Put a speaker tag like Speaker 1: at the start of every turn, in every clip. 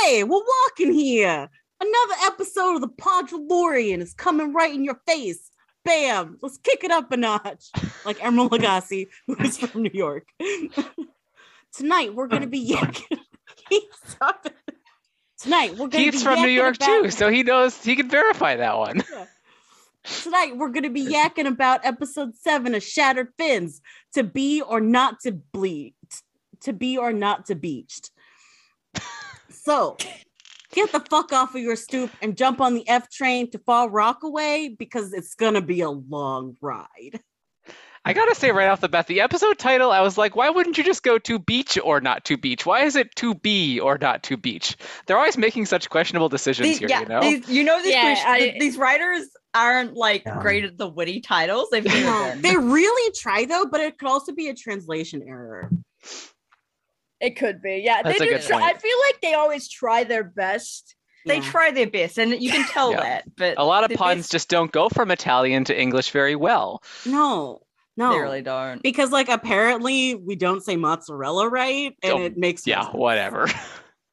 Speaker 1: Hey, we're walking here. Another episode of the Podjalorian is coming right in your face. Bam! Let's kick it up a notch. Like Emerald Lagasse, who is from New York. Tonight we're gonna be yakking. Stop it. Tonight we're gonna
Speaker 2: Keith's
Speaker 1: be
Speaker 2: from New
Speaker 1: yakking
Speaker 2: York
Speaker 1: about-
Speaker 2: too, so he knows he can verify that one.
Speaker 1: Tonight we're gonna be yakking about episode seven of Shattered Fins. To be or not to bleed. To be or not to beached. So get the fuck off of your stoop and jump on the F train to Fall Rockaway because it's gonna be a long ride.
Speaker 2: I gotta say right off the bat, the episode title, I was like, why wouldn't you just go to beach or not to beach? Why is it to be or not to beach? They're always making such questionable decisions
Speaker 3: These-
Speaker 2: here,
Speaker 3: yeah,
Speaker 2: you know?
Speaker 3: these, you know these
Speaker 4: Yeah,
Speaker 3: quiz-
Speaker 4: I-
Speaker 3: th- these writers aren't like
Speaker 5: Yeah.
Speaker 3: great at the witty titles. They've given
Speaker 1: No,
Speaker 3: them.
Speaker 1: they really try though, but it could also be a translation error.
Speaker 4: It could be. Yeah,
Speaker 2: That's a
Speaker 4: they do.
Speaker 2: good
Speaker 4: Try, I
Speaker 2: point.
Speaker 4: feel like they always try their best.
Speaker 3: They
Speaker 1: Yeah.
Speaker 3: try their best, and you can tell
Speaker 2: Yeah. Oh,
Speaker 3: that. But
Speaker 2: a lot of
Speaker 3: they- they-
Speaker 2: puns just don't go from Italian to English very well.
Speaker 1: No, no.
Speaker 3: they really don't.
Speaker 1: because like apparently we don't say mozzarella right and
Speaker 2: Oh,
Speaker 1: it makes no
Speaker 2: Yeah,
Speaker 1: sense.
Speaker 2: whatever.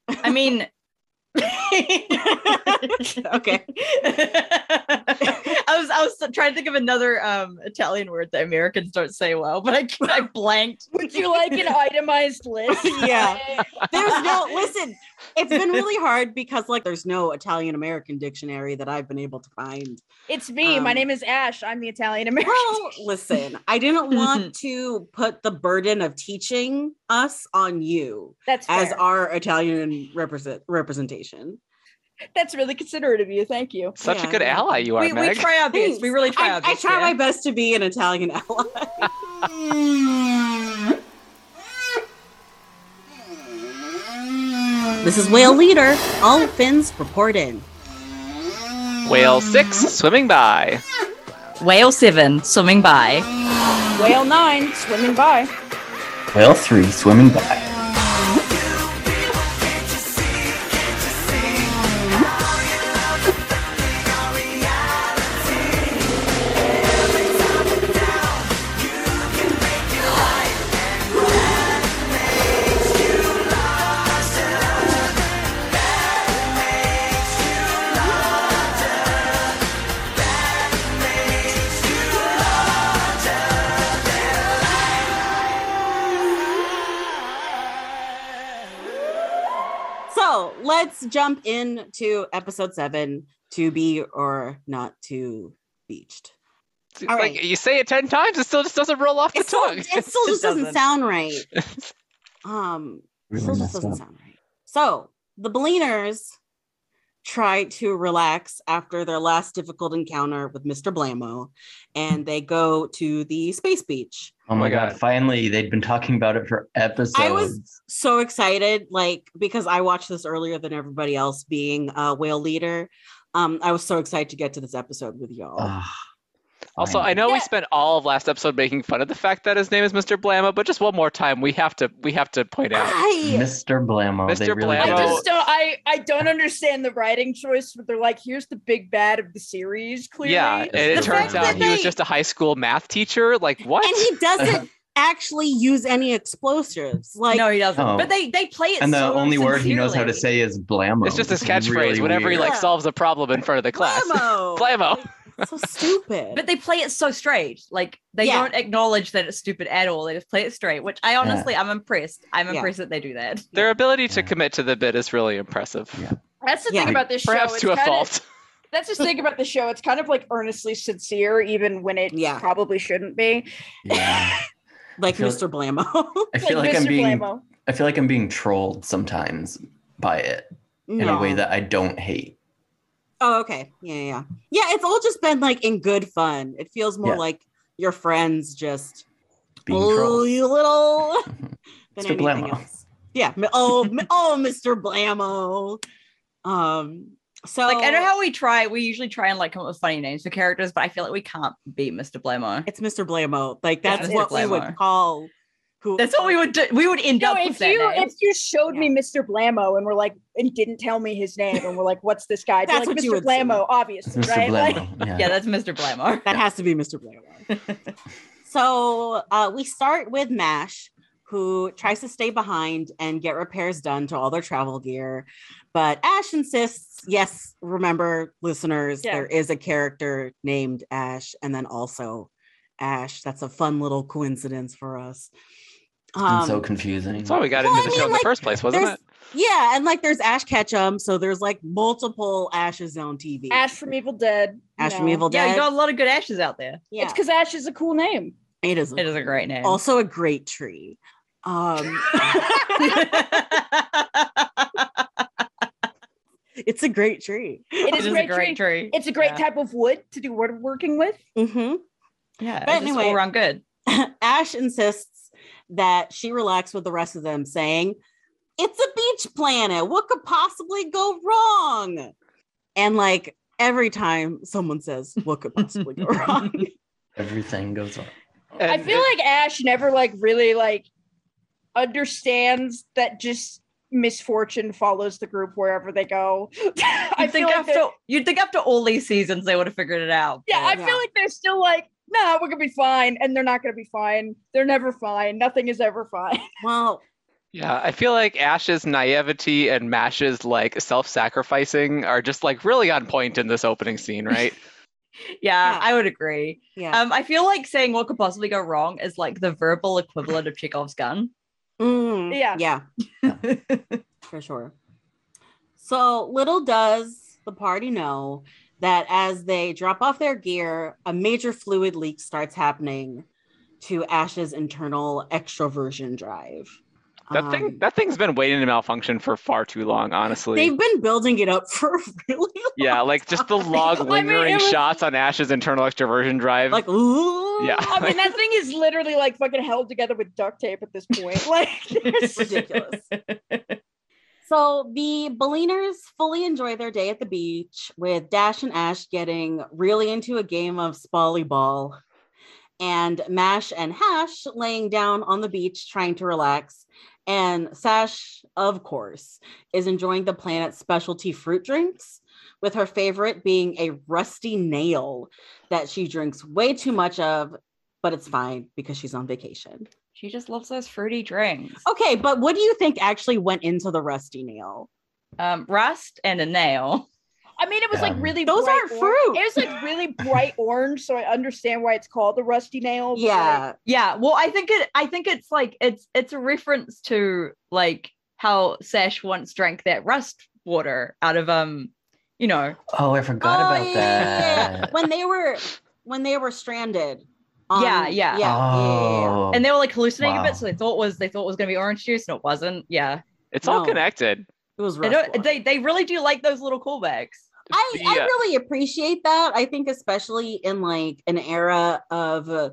Speaker 3: I mean,
Speaker 1: Okay.
Speaker 3: I was I was trying to think of another um Italian word that Americans don't say well, but I I blanked.
Speaker 4: Would you like an itemized list?
Speaker 1: Yeah. there's no listen it's been really hard because like there's no italian american dictionary that i've been able to find
Speaker 4: It's me. My
Speaker 1: Um,
Speaker 4: name is Ash. I'm the Italian American.
Speaker 1: well listen i didn't want
Speaker 3: Mm-hmm.
Speaker 1: to put the burden of teaching us on you
Speaker 4: That's
Speaker 1: as
Speaker 4: fair.
Speaker 1: our italian represent representation
Speaker 4: That's really considerate of you. Thank you.
Speaker 2: Such
Speaker 1: Yeah,
Speaker 2: a good
Speaker 1: yeah.
Speaker 2: ally you are,
Speaker 3: We, we
Speaker 2: Meg.
Speaker 3: try our best. We really try
Speaker 1: I,
Speaker 3: our
Speaker 1: I
Speaker 3: best.
Speaker 1: try
Speaker 3: yeah.
Speaker 1: my best to be an italian ally this is whale leader all fins report in
Speaker 2: Whale six swimming by.
Speaker 3: Whale seven swimming by.
Speaker 4: Whale nine swimming by.
Speaker 5: Whale 3 swimming by.
Speaker 1: So let's jump into episode seven to be or not to beached.
Speaker 2: It's
Speaker 1: All
Speaker 2: like,
Speaker 1: right.
Speaker 2: You say it 10 times, it still just doesn't roll off the
Speaker 1: It still,
Speaker 2: tongue.
Speaker 1: it still
Speaker 3: It
Speaker 1: just doesn't.
Speaker 3: doesn't.
Speaker 1: sound right. Um, it still just doesn't sound right. So the Beleners try to relax after their last difficult encounter with Mr. Blamo, and they go to the space beach.
Speaker 5: Oh my god, finally, they'd been talking about it for episodes.
Speaker 1: so excited like because i watched this earlier than everybody else being a whale leader um i was so excited to get to this episode with y'all
Speaker 5: Ah,
Speaker 2: Also, I
Speaker 5: finally.
Speaker 2: know
Speaker 4: Yeah.
Speaker 2: we spent all of last episode making fun of the fact that his name is Mr. Blamo, but just one more time, we have to we have to point out.
Speaker 1: I,
Speaker 5: Mr. Blamo. They
Speaker 2: Mr.
Speaker 5: really
Speaker 4: I
Speaker 2: Blamo.
Speaker 5: did.
Speaker 4: just don't. I I don't understand the writing choice. But they're like, here's the big bad of the series. Clearly,
Speaker 2: Yeah, and it
Speaker 5: The
Speaker 2: turns
Speaker 5: fact
Speaker 2: out
Speaker 5: that
Speaker 2: he was
Speaker 1: they-
Speaker 2: just a high school math teacher. Like what?
Speaker 1: and he doesn't actually use any explosives like
Speaker 3: no, he doesn't.
Speaker 5: No.
Speaker 3: But they they play it.
Speaker 5: oh. And the
Speaker 3: so
Speaker 5: only word he knows how to
Speaker 3: sincerely.
Speaker 5: say is Blamo.
Speaker 2: it's just his
Speaker 5: It's
Speaker 2: catchphrase
Speaker 5: really
Speaker 2: whenever he
Speaker 5: weird.
Speaker 2: like
Speaker 1: Yeah.
Speaker 2: solves a problem in front of the class.
Speaker 1: Blamo!
Speaker 2: Blamo.
Speaker 1: Like, so stupid
Speaker 3: But they play it so straight. Like they
Speaker 1: Yeah.
Speaker 3: don't acknowledge that it's stupid at all. They just play it straight, which I honestly I'm impressed. I'm
Speaker 1: Yeah.
Speaker 3: impressed that they do that.
Speaker 2: Their ability to
Speaker 5: Yeah.
Speaker 2: commit to the bit is really impressive.
Speaker 5: Yeah.
Speaker 4: that's the
Speaker 1: Yeah.
Speaker 4: thing about this show.
Speaker 2: Perhaps
Speaker 4: it's
Speaker 2: to a
Speaker 4: kinda-
Speaker 2: fault.
Speaker 4: That's the thing about the show. It's kind of like earnestly sincere, even when it
Speaker 1: Yeah.
Speaker 4: probably shouldn't be.
Speaker 5: Yeah.
Speaker 1: like
Speaker 5: I feel-
Speaker 1: mr blamo
Speaker 5: I feel like, I'm
Speaker 4: Mr.
Speaker 5: being
Speaker 4: Blamo.
Speaker 5: I feel like I'm being trolled sometimes by it in a
Speaker 1: No.
Speaker 5: way that I don't hate.
Speaker 1: oh okay yeah yeah yeah. yeah it's all just been like in good fun it feels more
Speaker 5: Yeah.
Speaker 1: like your friends just
Speaker 5: Being
Speaker 1: oh
Speaker 5: trolled.
Speaker 1: you little than
Speaker 5: Mr.
Speaker 1: anything
Speaker 5: Blamo.
Speaker 1: else. Yeah. m- Oh, m- oh, Mr. Blamo. Um. So
Speaker 3: Like I know how we try. We usually try and like come up with funny names for characters, but I feel like we can't beat Mr. Blamo.
Speaker 1: it's Mr. Blamo. Like that's
Speaker 3: Mr.
Speaker 1: what we would
Speaker 3: Blamo.
Speaker 1: call. Who?
Speaker 3: That's what we would do. We would end
Speaker 4: No,
Speaker 3: up with
Speaker 4: if
Speaker 3: that
Speaker 4: you
Speaker 3: name.
Speaker 4: if you showed me Mr. Blamo and we're like and didn't tell me his name and we're like, what's this guy? I'd be
Speaker 1: That's
Speaker 4: like
Speaker 1: what you
Speaker 4: Mr.
Speaker 1: would
Speaker 4: Blamo,
Speaker 1: say.
Speaker 4: obviously,
Speaker 5: Mr.
Speaker 4: right? Like,
Speaker 5: Blamo. yeah.
Speaker 3: Yeah, that's Mr. Blamo.
Speaker 1: That has to be Mr. Blamo. so uh, we start with Mash, who tries to stay behind and get repairs done to all their travel gear. But Ash insists, yes, remember, listeners,
Speaker 4: Yeah.
Speaker 1: there is a character named Ash, and then also Ash. That's a fun little coincidence for us.
Speaker 5: It's so confusing.
Speaker 2: That's why we got
Speaker 1: um, Well,
Speaker 2: into
Speaker 1: I
Speaker 2: the show
Speaker 1: mean,
Speaker 2: in the
Speaker 1: like,
Speaker 2: first place, wasn't
Speaker 1: there's-
Speaker 2: it?
Speaker 1: Yeah, and like there's Ash Ketchum, so there's like multiple Ashes on TV.
Speaker 4: Ash from Evil Dead.
Speaker 1: Ash
Speaker 4: No.
Speaker 1: from Evil
Speaker 3: Yeah,
Speaker 1: Dead.
Speaker 3: you got a lot of good ashes out there.
Speaker 1: Yeah,
Speaker 4: It's because Ash is a cool name.
Speaker 1: it is.
Speaker 3: It is a great name.
Speaker 1: also a great tree. Um, it's a great tree.
Speaker 4: It is,
Speaker 3: it is
Speaker 4: great
Speaker 3: a great
Speaker 4: tree.
Speaker 3: tree.
Speaker 4: It's a great
Speaker 3: yeah.
Speaker 4: type of wood to do wood working with.
Speaker 1: hmm
Speaker 3: Yeah,
Speaker 1: But
Speaker 3: it's just
Speaker 1: anyway-
Speaker 3: all around good.
Speaker 1: Ash insists that she relax with the rest of them, saying, It's a beach planet. What could possibly go wrong? And like every time someone says, What could possibly go wrong?
Speaker 5: Everything goes on.
Speaker 4: I
Speaker 2: And
Speaker 4: feel
Speaker 2: it-
Speaker 4: like Ash never like really like understands that just misfortune follows the group wherever they go. I
Speaker 3: I
Speaker 4: feel
Speaker 3: think
Speaker 4: like
Speaker 3: after
Speaker 4: they're-
Speaker 3: you'd think after all these seasons they would have figured it out.
Speaker 4: yeah, I
Speaker 3: but-
Speaker 1: Yeah.
Speaker 4: feel like they're still like, nah, we're gonna be fine, and they're not gonna be fine. They're never fine. Nothing is ever fine.
Speaker 1: well,
Speaker 2: yeah, I feel like Ash's naivety and Mash's like self-sacrificing are just like really on point in this opening scene, right?
Speaker 3: yeah,
Speaker 1: Yeah.
Speaker 3: I would agree.
Speaker 1: yeah.
Speaker 3: Um, I feel like saying what could possibly go wrong is like the verbal equivalent of Chekhov's gun.
Speaker 1: Mm,
Speaker 4: yeah.
Speaker 1: Yeah. for sure. So little does the party know that as they drop off their gear, a major fluid leak starts happening to Ash's internal extroversion drive.
Speaker 2: That
Speaker 1: Um,
Speaker 2: thing that thing's been waiting to malfunction for far too long, honestly.
Speaker 1: They've been building it up for a really
Speaker 2: yeah, like just the log
Speaker 4: I mean,
Speaker 2: lingering
Speaker 4: it was-
Speaker 2: shots on Ash's internal extroversion drive.
Speaker 1: like oh, ooh
Speaker 2: yeah.
Speaker 4: I mean, that thing is literally like fucking held together with duct tape at this point. Like
Speaker 1: It's ridiculous. So the Baliners fully enjoy their day at the beach with Dash and Ash getting really into a game of spolly ball and Mash and Hash laying down on the beach trying to relax. And Sash, of course, is enjoying the planet's specialty fruit drinks, with her favorite being a rusty nail that she drinks way too much of, but it's fine because she's on vacation.
Speaker 3: She just loves those fruity drinks.
Speaker 1: Okay, but what do you think actually went into the rusty nail?
Speaker 3: Um, rust and a nail.
Speaker 4: I mean, it was like
Speaker 5: Yeah.
Speaker 4: really
Speaker 1: Those
Speaker 4: bright
Speaker 1: aren't
Speaker 4: or-
Speaker 1: fruit.
Speaker 4: It was like really bright orange, so I understand why it's called the rusty
Speaker 3: Oh,
Speaker 4: nail. but, like,
Speaker 1: Yeah.
Speaker 3: Yeah, well, I think it. I think it's like it's it's a reference to like how Sash once drank that rust water out of um, you know,
Speaker 5: Oh, I forgot about that.
Speaker 1: When they were when they were stranded. on-
Speaker 3: Yeah, yeah.
Speaker 1: yeah,
Speaker 5: oh,
Speaker 3: and they were like hallucinating a
Speaker 5: Wow.
Speaker 3: bit, so they thought was they thought was gonna be orange juice, and it wasn't. Yeah,
Speaker 2: it's
Speaker 1: no.
Speaker 2: all connected.
Speaker 1: It was
Speaker 3: they,
Speaker 1: rough.
Speaker 3: don't, they they really do like those little callbacks.
Speaker 1: I,
Speaker 2: The,
Speaker 1: I
Speaker 2: uh,
Speaker 1: really appreciate that. I think especially in like an era of uh,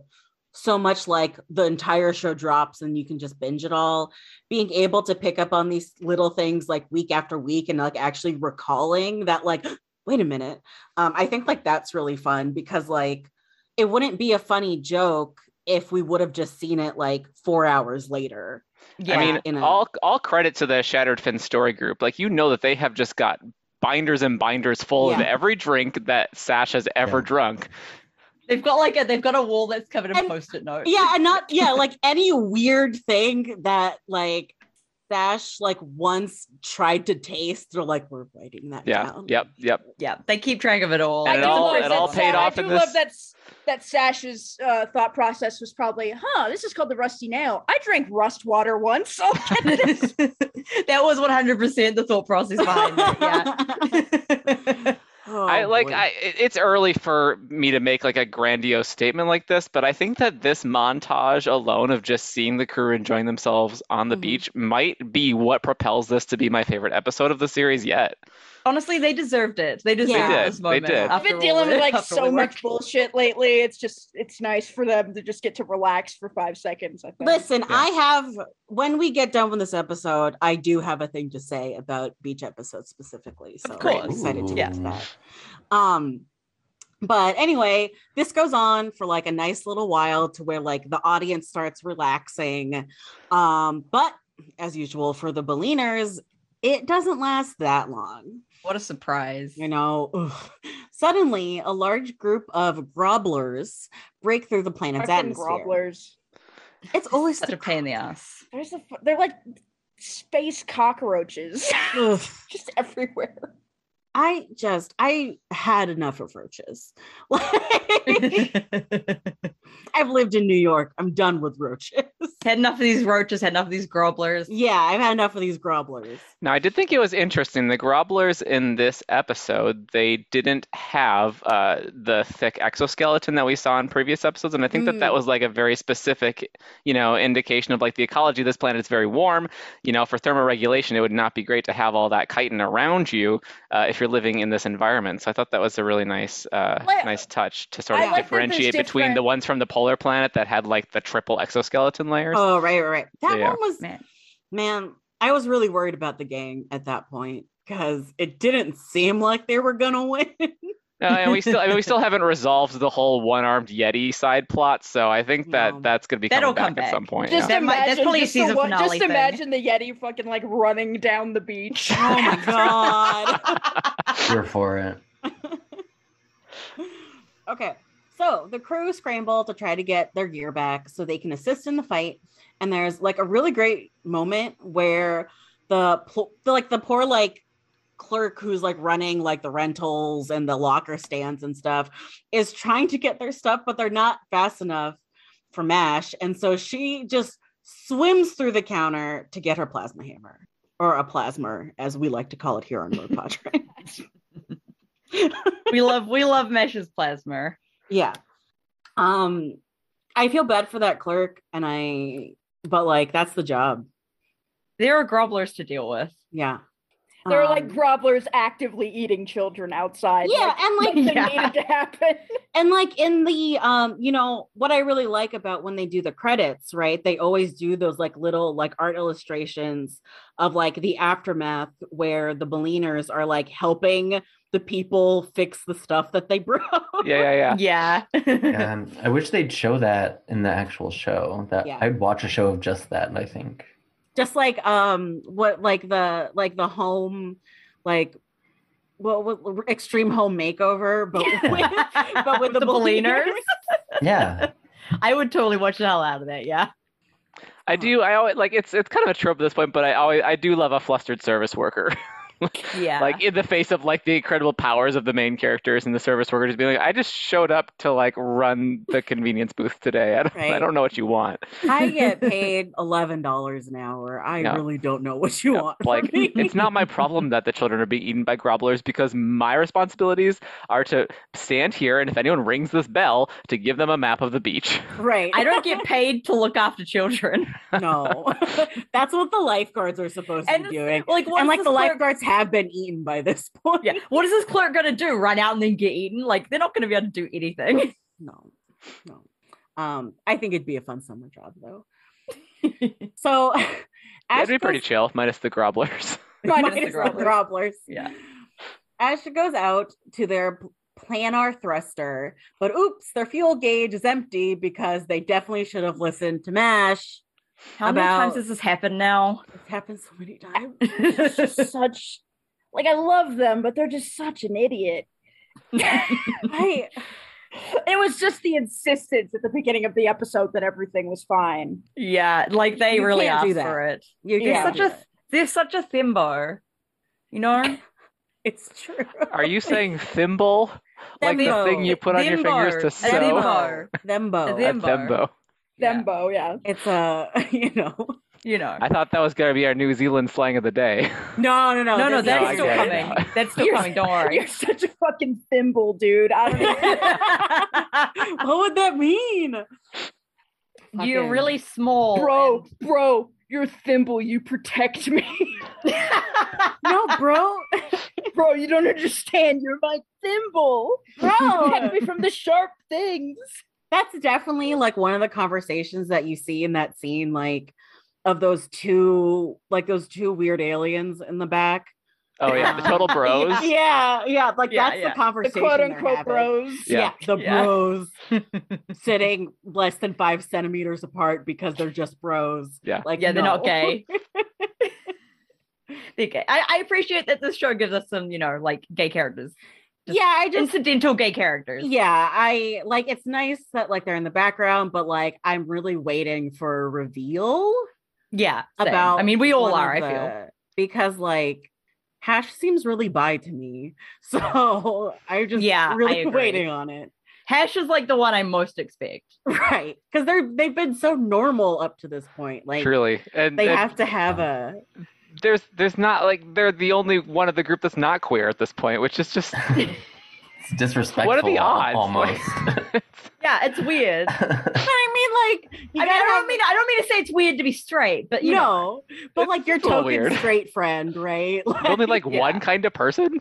Speaker 1: so much like the entire show drops and you can just binge it all, being able to pick up on these little things like week after week and like actually recalling that like wait a minute. Um, I think like that's really fun because like it wouldn't be a funny joke if we would have just seen it like four hours later.
Speaker 3: Yeah,
Speaker 2: I mean,
Speaker 1: in a-
Speaker 2: all all credit to the Shattered Fin story group. Like you know that they have just got binders and binders full of
Speaker 1: Yeah.
Speaker 2: every drink that Sash has ever
Speaker 5: Yeah.
Speaker 2: drunk.
Speaker 3: they've got like a they've got a wall that's covered in
Speaker 1: And-
Speaker 3: post-it notes.
Speaker 1: yeah and not yeah like any weird thing that like sash like once tried to taste they're like we're writing that
Speaker 2: Yeah.
Speaker 1: down
Speaker 2: Yep. Yep.
Speaker 3: yeah, they keep track of it all.
Speaker 2: And
Speaker 4: I
Speaker 2: it
Speaker 4: do
Speaker 2: all-
Speaker 4: love
Speaker 2: it
Speaker 4: that
Speaker 2: all
Speaker 4: Sa-
Speaker 2: paid off
Speaker 4: I do
Speaker 2: in
Speaker 4: love
Speaker 2: this-
Speaker 4: that s- that Sash's uh, thought process was probably, huh, this is called the rusty nail. I drank rust water once. So
Speaker 3: that was one hundred percent the thought process behind it. Yeah.
Speaker 1: Oh,
Speaker 2: I like.
Speaker 1: boy.
Speaker 2: I it- it's early for me to make like a grandiose statement like this, but I think that this montage alone of just seeing the crew enjoying themselves on the
Speaker 1: Mhm.
Speaker 2: beach might be what propels this to be my favorite episode of the series yet.
Speaker 3: Honestly, they deserved it. They deserved
Speaker 1: They did,
Speaker 3: this
Speaker 2: they
Speaker 3: moment.
Speaker 2: did. I've
Speaker 4: I've
Speaker 3: after
Speaker 4: been
Speaker 3: all
Speaker 4: dealing
Speaker 3: the-
Speaker 4: with like
Speaker 3: after all
Speaker 4: so
Speaker 3: the work.
Speaker 4: much bullshit lately. It's just it's nice for them to just get to relax for five seconds. I think.
Speaker 1: listen
Speaker 2: Yeah.
Speaker 1: i have when we get done with this episode i do have a thing to say about beach episodes specifically so
Speaker 3: course.
Speaker 1: i'm excited to
Speaker 5: Ooh.
Speaker 1: get to that um but anyway this goes on for like a nice little while to where like the audience starts relaxing um but as usual for the baliners it doesn't last that long
Speaker 3: What a surprise!
Speaker 1: you know ugh. suddenly a large group of grobblers break through the planet's
Speaker 4: Fucking
Speaker 1: atmosphere
Speaker 4: grobblers.
Speaker 1: It's always
Speaker 3: Such
Speaker 1: the
Speaker 3: a pain in the ass.
Speaker 4: There's the, they're like space cockroaches
Speaker 1: Ugh.
Speaker 4: just everywhere.
Speaker 1: I just I had enough of roaches. Like, I've lived in New York. I'm done with roaches.
Speaker 3: had enough of these roaches, had enough of these grobblers.
Speaker 1: Yeah, I've had enough of these grobblers.
Speaker 2: Now, I did think it was interesting. The Grobblers in this episode, they didn't have uh, the thick exoskeleton that we saw in previous episodes, and I think that
Speaker 4: Mm.
Speaker 2: that was like a very specific, you know, indication of like the ecology of this planet is very warm. You know, for thermoregulation, it would not be great to have all that chitin around you uh, if you're living in this environment. So I thought that was a really nice, uh,
Speaker 4: Well,
Speaker 2: nice touch to sort
Speaker 4: I
Speaker 2: of
Speaker 4: like that there's
Speaker 2: differentiate between the
Speaker 4: different-
Speaker 2: ones from the polar planet that had like the triple exoskeleton layers.
Speaker 1: Oh, right, right, right. That
Speaker 2: Yeah.
Speaker 1: one was man.
Speaker 3: Man.
Speaker 1: I was really worried about the gang at that point because it didn't seem like they were gonna win.
Speaker 2: No, Uh, and we still I mean, we still haven't resolved the whole one-armed yeti side plot, so I think that
Speaker 1: No.
Speaker 2: that's going to be
Speaker 3: That'll
Speaker 2: coming back
Speaker 3: come
Speaker 2: at
Speaker 3: back.
Speaker 2: some point.
Speaker 4: Just
Speaker 2: yeah.
Speaker 3: That might- that's
Speaker 4: imagine,
Speaker 3: probably a
Speaker 4: just, the
Speaker 3: season
Speaker 4: one-
Speaker 3: finale
Speaker 4: just
Speaker 3: thing.
Speaker 4: imagine the Yeti fucking like running down the beach.
Speaker 1: oh my god.
Speaker 5: Here for it.
Speaker 1: okay. So the crew scramble to try to get their gear back so they can assist in the fight. And there's like a really great moment where the, pl- the like the poor like clerk who's like running like the rentals and the locker stands and stuff is trying to get their stuff, but they're not fast enough for Mash. And so she just swims through the counter to get her plasma hammer or a plasmer, as we like to call it here on Road Padre.
Speaker 3: We love we love Mesh's plasma.
Speaker 1: Yeah. Um I feel bad for that clerk and I but like that's the job.
Speaker 3: There are grobblers to deal with.
Speaker 1: Yeah.
Speaker 4: There are like
Speaker 1: Um,
Speaker 4: grobblers actively eating children outside.
Speaker 1: Yeah,
Speaker 4: Like,
Speaker 1: and like
Speaker 4: something
Speaker 3: Yeah.
Speaker 4: needed to happen.
Speaker 1: and like in the um you know what i really like about when they do the credits right they always do those like little like art illustrations of like the aftermath where the Baliners are like helping the people fix the stuff that they broke
Speaker 2: yeah, yeah, yeah.
Speaker 3: Yeah.
Speaker 5: Um, I wish they'd show that in the actual show. That
Speaker 1: Yeah.
Speaker 5: I'd watch a show of just that. I think.
Speaker 1: just like um what like the like the home like what was extreme home makeover but with, but with the, Baliners.
Speaker 5: Yeah,
Speaker 3: I would totally watch the hell out of that. Yeah.
Speaker 2: I do. I always like it's it's kind of a trope at this point, but I always I do love a flustered service worker.
Speaker 3: Yeah.
Speaker 2: Like in the face of like the incredible powers of the main characters and the service worker just being like, I just showed up to like run the convenience booth today. I don't I
Speaker 1: Right.
Speaker 2: don't know what you want.
Speaker 1: I get paid eleven dollars an hour. I
Speaker 2: Yeah.
Speaker 1: really don't know what you
Speaker 2: Yeah,
Speaker 1: want.
Speaker 2: like
Speaker 1: from me.
Speaker 2: it's not my problem that the children are being eaten by grobblers because my responsibilities are to stand here and if anyone rings this bell to give them a map of the beach.
Speaker 1: right.
Speaker 3: I don't get paid to look after children.
Speaker 1: know. That's what the lifeguards are supposed
Speaker 3: And
Speaker 1: to be doing.
Speaker 3: Like what
Speaker 1: And
Speaker 3: is
Speaker 1: like
Speaker 3: this
Speaker 1: the
Speaker 3: clerk-
Speaker 1: lifeguards have been eaten by this point.
Speaker 3: Yeah. What is this clerk gonna do? Run out and then get eaten? Like they're not gonna be able to do anything.
Speaker 1: No, no. Um, I think it'd be a fun summer job though. so, Ash
Speaker 2: That'd be pretty chill, minus the grobblers.
Speaker 1: minus
Speaker 3: Minus
Speaker 1: the
Speaker 3: the
Speaker 1: grobblers.
Speaker 3: Yeah.
Speaker 1: Ash goes out to their p- planar thruster, but oops, their fuel gauge is empty because they definitely should have listened to Mash.
Speaker 3: How many times
Speaker 1: About-
Speaker 3: has this happened now?
Speaker 1: It's happened so many times.
Speaker 4: It's just such like I love them, but they're just such an idiot.
Speaker 1: I
Speaker 4: It was just the insistence at the beginning of the episode that everything was fine.
Speaker 3: yeah, like they
Speaker 1: You
Speaker 3: really
Speaker 1: can't
Speaker 3: asked
Speaker 1: do that.
Speaker 3: for it.
Speaker 1: you
Speaker 3: They're
Speaker 1: yeah.
Speaker 4: can't
Speaker 3: such a they're such a thimbo. You know?
Speaker 1: it's true.
Speaker 2: Are you saying thimble? Like the
Speaker 1: Thimbo.
Speaker 2: thing you put on your fingers to
Speaker 3: Thimbo.
Speaker 2: sew?
Speaker 1: Thembo.
Speaker 2: A
Speaker 1: Thembo.
Speaker 3: Them-
Speaker 2: thimbo.
Speaker 3: Yeah.
Speaker 4: Thembo, yeah.
Speaker 1: It's a you know
Speaker 3: You know.
Speaker 2: I thought that was going to be our New Zealand slang of the day.
Speaker 1: no no no
Speaker 3: no, no,
Speaker 1: this
Speaker 3: that
Speaker 2: no,
Speaker 3: is
Speaker 2: I
Speaker 3: still
Speaker 2: get it
Speaker 3: coming.
Speaker 2: now.
Speaker 3: That's still
Speaker 4: You're-
Speaker 3: coming. Don't
Speaker 4: You're
Speaker 3: worry.
Speaker 4: such a fucking thimble, dude. I don't know.
Speaker 1: what would that mean?
Speaker 3: You're
Speaker 1: Fucking-
Speaker 3: really small,
Speaker 4: bro,
Speaker 3: and-
Speaker 4: bro, you're thimble, you protect me.
Speaker 1: no, bro,
Speaker 4: bro, you don't understand. You're my thimble.
Speaker 1: bro.
Speaker 4: Protect me from the sharp things.
Speaker 1: That's definitely like one of the conversations that you see in that scene, like of those two, like those two weird aliens in the back.
Speaker 2: Oh yeah, the total bros.
Speaker 1: Yeah, yeah, like
Speaker 3: Yeah,
Speaker 1: that's the
Speaker 3: yeah. The
Speaker 4: The
Speaker 1: conversation.
Speaker 4: quote
Speaker 1: they're
Speaker 4: unquote
Speaker 1: having.
Speaker 4: bros.
Speaker 1: Yeah,
Speaker 2: Yeah.
Speaker 1: the
Speaker 3: Yeah.
Speaker 1: bros sitting less than five centimeters apart because they're just bros.
Speaker 2: Yeah.
Speaker 1: like
Speaker 3: yeah, they're
Speaker 1: no.
Speaker 3: not gay. They're gay. I, I appreciate that this show gives us some, you know, like gay characters.
Speaker 1: yeah, I just
Speaker 3: incidental gay characters.
Speaker 1: yeah, I like it's nice that like they're in the background, but like I'm really waiting for a reveal
Speaker 3: Yeah. same.
Speaker 1: About
Speaker 3: I mean, we all
Speaker 1: one
Speaker 3: are, I
Speaker 1: of
Speaker 3: feel.
Speaker 1: the- because like Hash seems really bi to me. So I'm just
Speaker 3: Yeah, I
Speaker 1: really
Speaker 3: agree.
Speaker 1: waiting on it.
Speaker 3: Hash is like the one I most expect.
Speaker 1: Right. Because they're they've been so normal up to this point. Like
Speaker 2: Truly, and,
Speaker 1: they
Speaker 2: and
Speaker 1: have to have a
Speaker 2: there's there's not like they're the only one of the group that's not queer at this point, which is just
Speaker 5: It's disrespectful.
Speaker 2: what are the odds?
Speaker 5: Almost.
Speaker 2: Like,
Speaker 3: Yeah, it's weird. I
Speaker 1: But I mean like you
Speaker 3: mean, I
Speaker 1: gotta
Speaker 3: don't
Speaker 1: have-
Speaker 3: mean I don't mean to say it's weird to be straight, but you know,
Speaker 1: no, but like your
Speaker 2: It's a little
Speaker 1: token
Speaker 2: weird.
Speaker 1: straight friend, right?
Speaker 2: only like
Speaker 3: Yeah.
Speaker 2: one kind of person.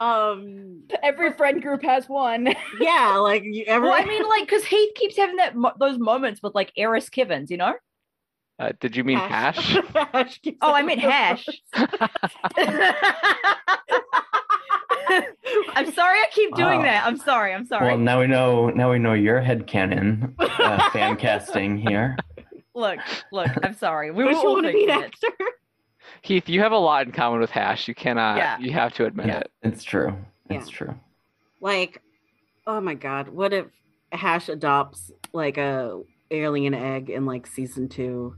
Speaker 1: um
Speaker 4: Every friend group has one.
Speaker 1: yeah, like you ever
Speaker 3: well, I mean, like, because he keeps having that mo- those moments with like Eris Kivins, you know?
Speaker 2: Uh, did you mean hash?
Speaker 1: Hash keeps
Speaker 3: Oh, I
Speaker 1: saying
Speaker 3: meant
Speaker 1: those
Speaker 3: hash. I'm sorry, I keep doing
Speaker 1: Ah.
Speaker 5: Wow.
Speaker 3: that. I'm sorry. I'm sorry.
Speaker 5: Well, now we know. Now we know your headcanon uh, fan casting here.
Speaker 3: Look, look. I'm sorry. We were
Speaker 1: Don't you
Speaker 3: all
Speaker 1: want to be
Speaker 3: thinking
Speaker 1: an
Speaker 3: it.
Speaker 1: actor?
Speaker 2: Heath, you have a lot in common with hash. You cannot.
Speaker 3: Yeah.
Speaker 2: You have to admit
Speaker 5: Yeah,
Speaker 2: it.
Speaker 5: it's true. It's
Speaker 1: Yeah.
Speaker 5: true.
Speaker 1: Like, oh my god, what if Hash adopts like a alien egg in like season two?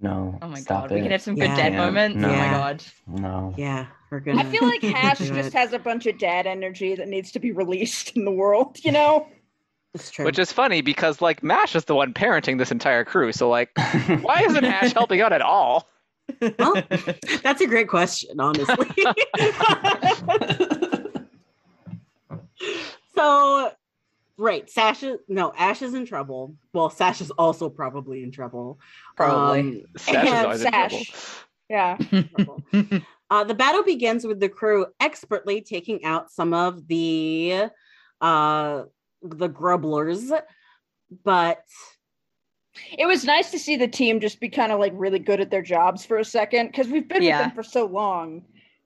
Speaker 5: No.
Speaker 3: Oh my
Speaker 5: stop
Speaker 3: god,
Speaker 5: It.
Speaker 3: we can have some
Speaker 1: Yeah.
Speaker 3: good dad
Speaker 5: Yeah,
Speaker 3: moments. Oh my
Speaker 1: no.
Speaker 3: god.
Speaker 5: no.
Speaker 1: Yeah, we're gonna.
Speaker 4: I feel like Hash
Speaker 1: do
Speaker 4: just
Speaker 1: it.
Speaker 4: has a bunch of dad energy that needs to be released in the world, you know?
Speaker 1: It's true.
Speaker 2: Which is funny because like Mash is the one parenting this entire crew, so like why isn't Ash helping out at all?
Speaker 1: Well, that's a great question, honestly. so, right, Sasha. No, Ash is in trouble. Well, Sash is also probably in trouble. Um,
Speaker 2: Sash is
Speaker 4: Yeah,
Speaker 2: always
Speaker 4: Sash.
Speaker 2: in trouble.
Speaker 4: Yeah.
Speaker 1: trouble. Uh, the battle begins with the crew expertly taking out some of the uh, the grubblers, but
Speaker 4: It was nice to see the team just be kind of like really good at their jobs for a second because we've been
Speaker 3: Yeah.
Speaker 4: with them for so long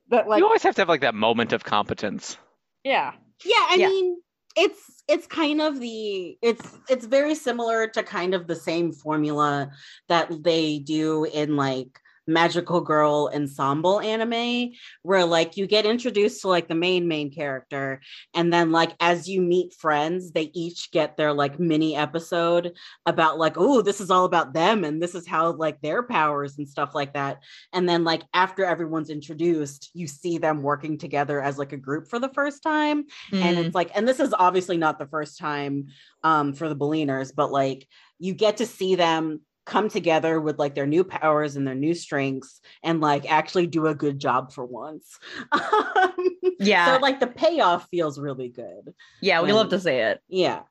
Speaker 4: that, like,
Speaker 2: you always have to have like that moment of competence.
Speaker 4: yeah.
Speaker 1: yeah, I
Speaker 3: Yeah.
Speaker 1: mean it's it's kind of the it's it's very similar to kind of the same formula that they do in like magical girl ensemble anime where like you get introduced to like the main main character and then like as you meet friends they each get their like mini episode about like oh this is all about them and this is how like their powers and stuff like that and then like after everyone's introduced you see them working together as like a group for the first time and
Speaker 3: Mm-hmm. mm,
Speaker 1: it's like and this is obviously not the first time um for the Beleners, but like you get to see them come together with like their new powers and their new strengths and like actually do a good job for once
Speaker 3: yeah,
Speaker 1: so like the payoff feels really good
Speaker 3: yeah, we
Speaker 1: when-
Speaker 3: love to see it.
Speaker 1: yeah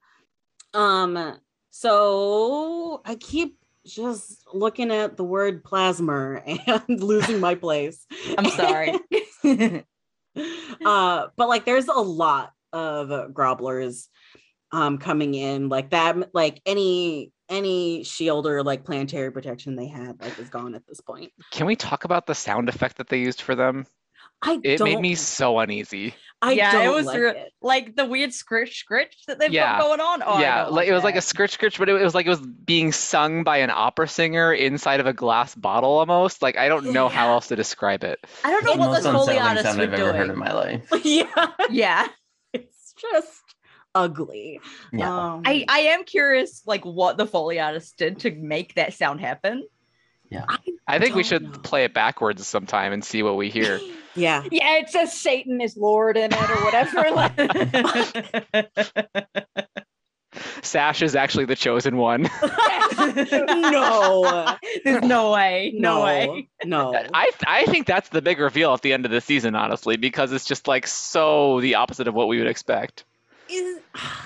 Speaker 1: um so i keep just looking at the word plasma and losing my place
Speaker 3: I'm sorry.
Speaker 1: uh but like there's a lot of uh, grobblers um coming in like that like any any shield or like planetary protection they had like is gone at this point
Speaker 2: Can we talk about the sound effect that they used for them?
Speaker 1: i
Speaker 2: It
Speaker 1: don't,
Speaker 2: made me so uneasy.
Speaker 1: i
Speaker 3: yeah,
Speaker 1: don't
Speaker 3: it was
Speaker 1: like
Speaker 3: re-
Speaker 1: it.
Speaker 3: like the weird scritch scritch that they've
Speaker 2: Yeah.
Speaker 3: got going on. Oh, I
Speaker 2: yeah,
Speaker 3: don't
Speaker 2: like it was like a
Speaker 3: that.
Speaker 2: scritch scritch, but it, was like it was being sung by an opera singer inside of a glass bottle almost. Like I don't know how
Speaker 3: Yeah.
Speaker 2: else to describe it.
Speaker 3: I don't know
Speaker 5: the
Speaker 3: what
Speaker 5: most
Speaker 3: the Foley
Speaker 5: unsettling
Speaker 3: artists
Speaker 5: sound
Speaker 3: were
Speaker 5: I've ever heard in
Speaker 3: doing.
Speaker 5: my life.
Speaker 1: yeah
Speaker 3: Yeah,
Speaker 1: it's just ugly
Speaker 5: Yeah.
Speaker 1: um,
Speaker 3: I I am curious like what the Foley artists did to make that sound happen.
Speaker 2: I think we
Speaker 1: don't
Speaker 2: should
Speaker 1: know.
Speaker 2: play it backwards sometime and see what we hear.
Speaker 1: yeah
Speaker 4: Yeah, it says Satan is Lord in it or whatever. like,
Speaker 2: Sash is actually the chosen one.
Speaker 1: no
Speaker 3: There's no way, no,
Speaker 1: no
Speaker 3: way.
Speaker 1: no
Speaker 2: I I think that's the big reveal at the end of the season, honestly, because it's just like so the opposite of what we would expect.
Speaker 1: Is-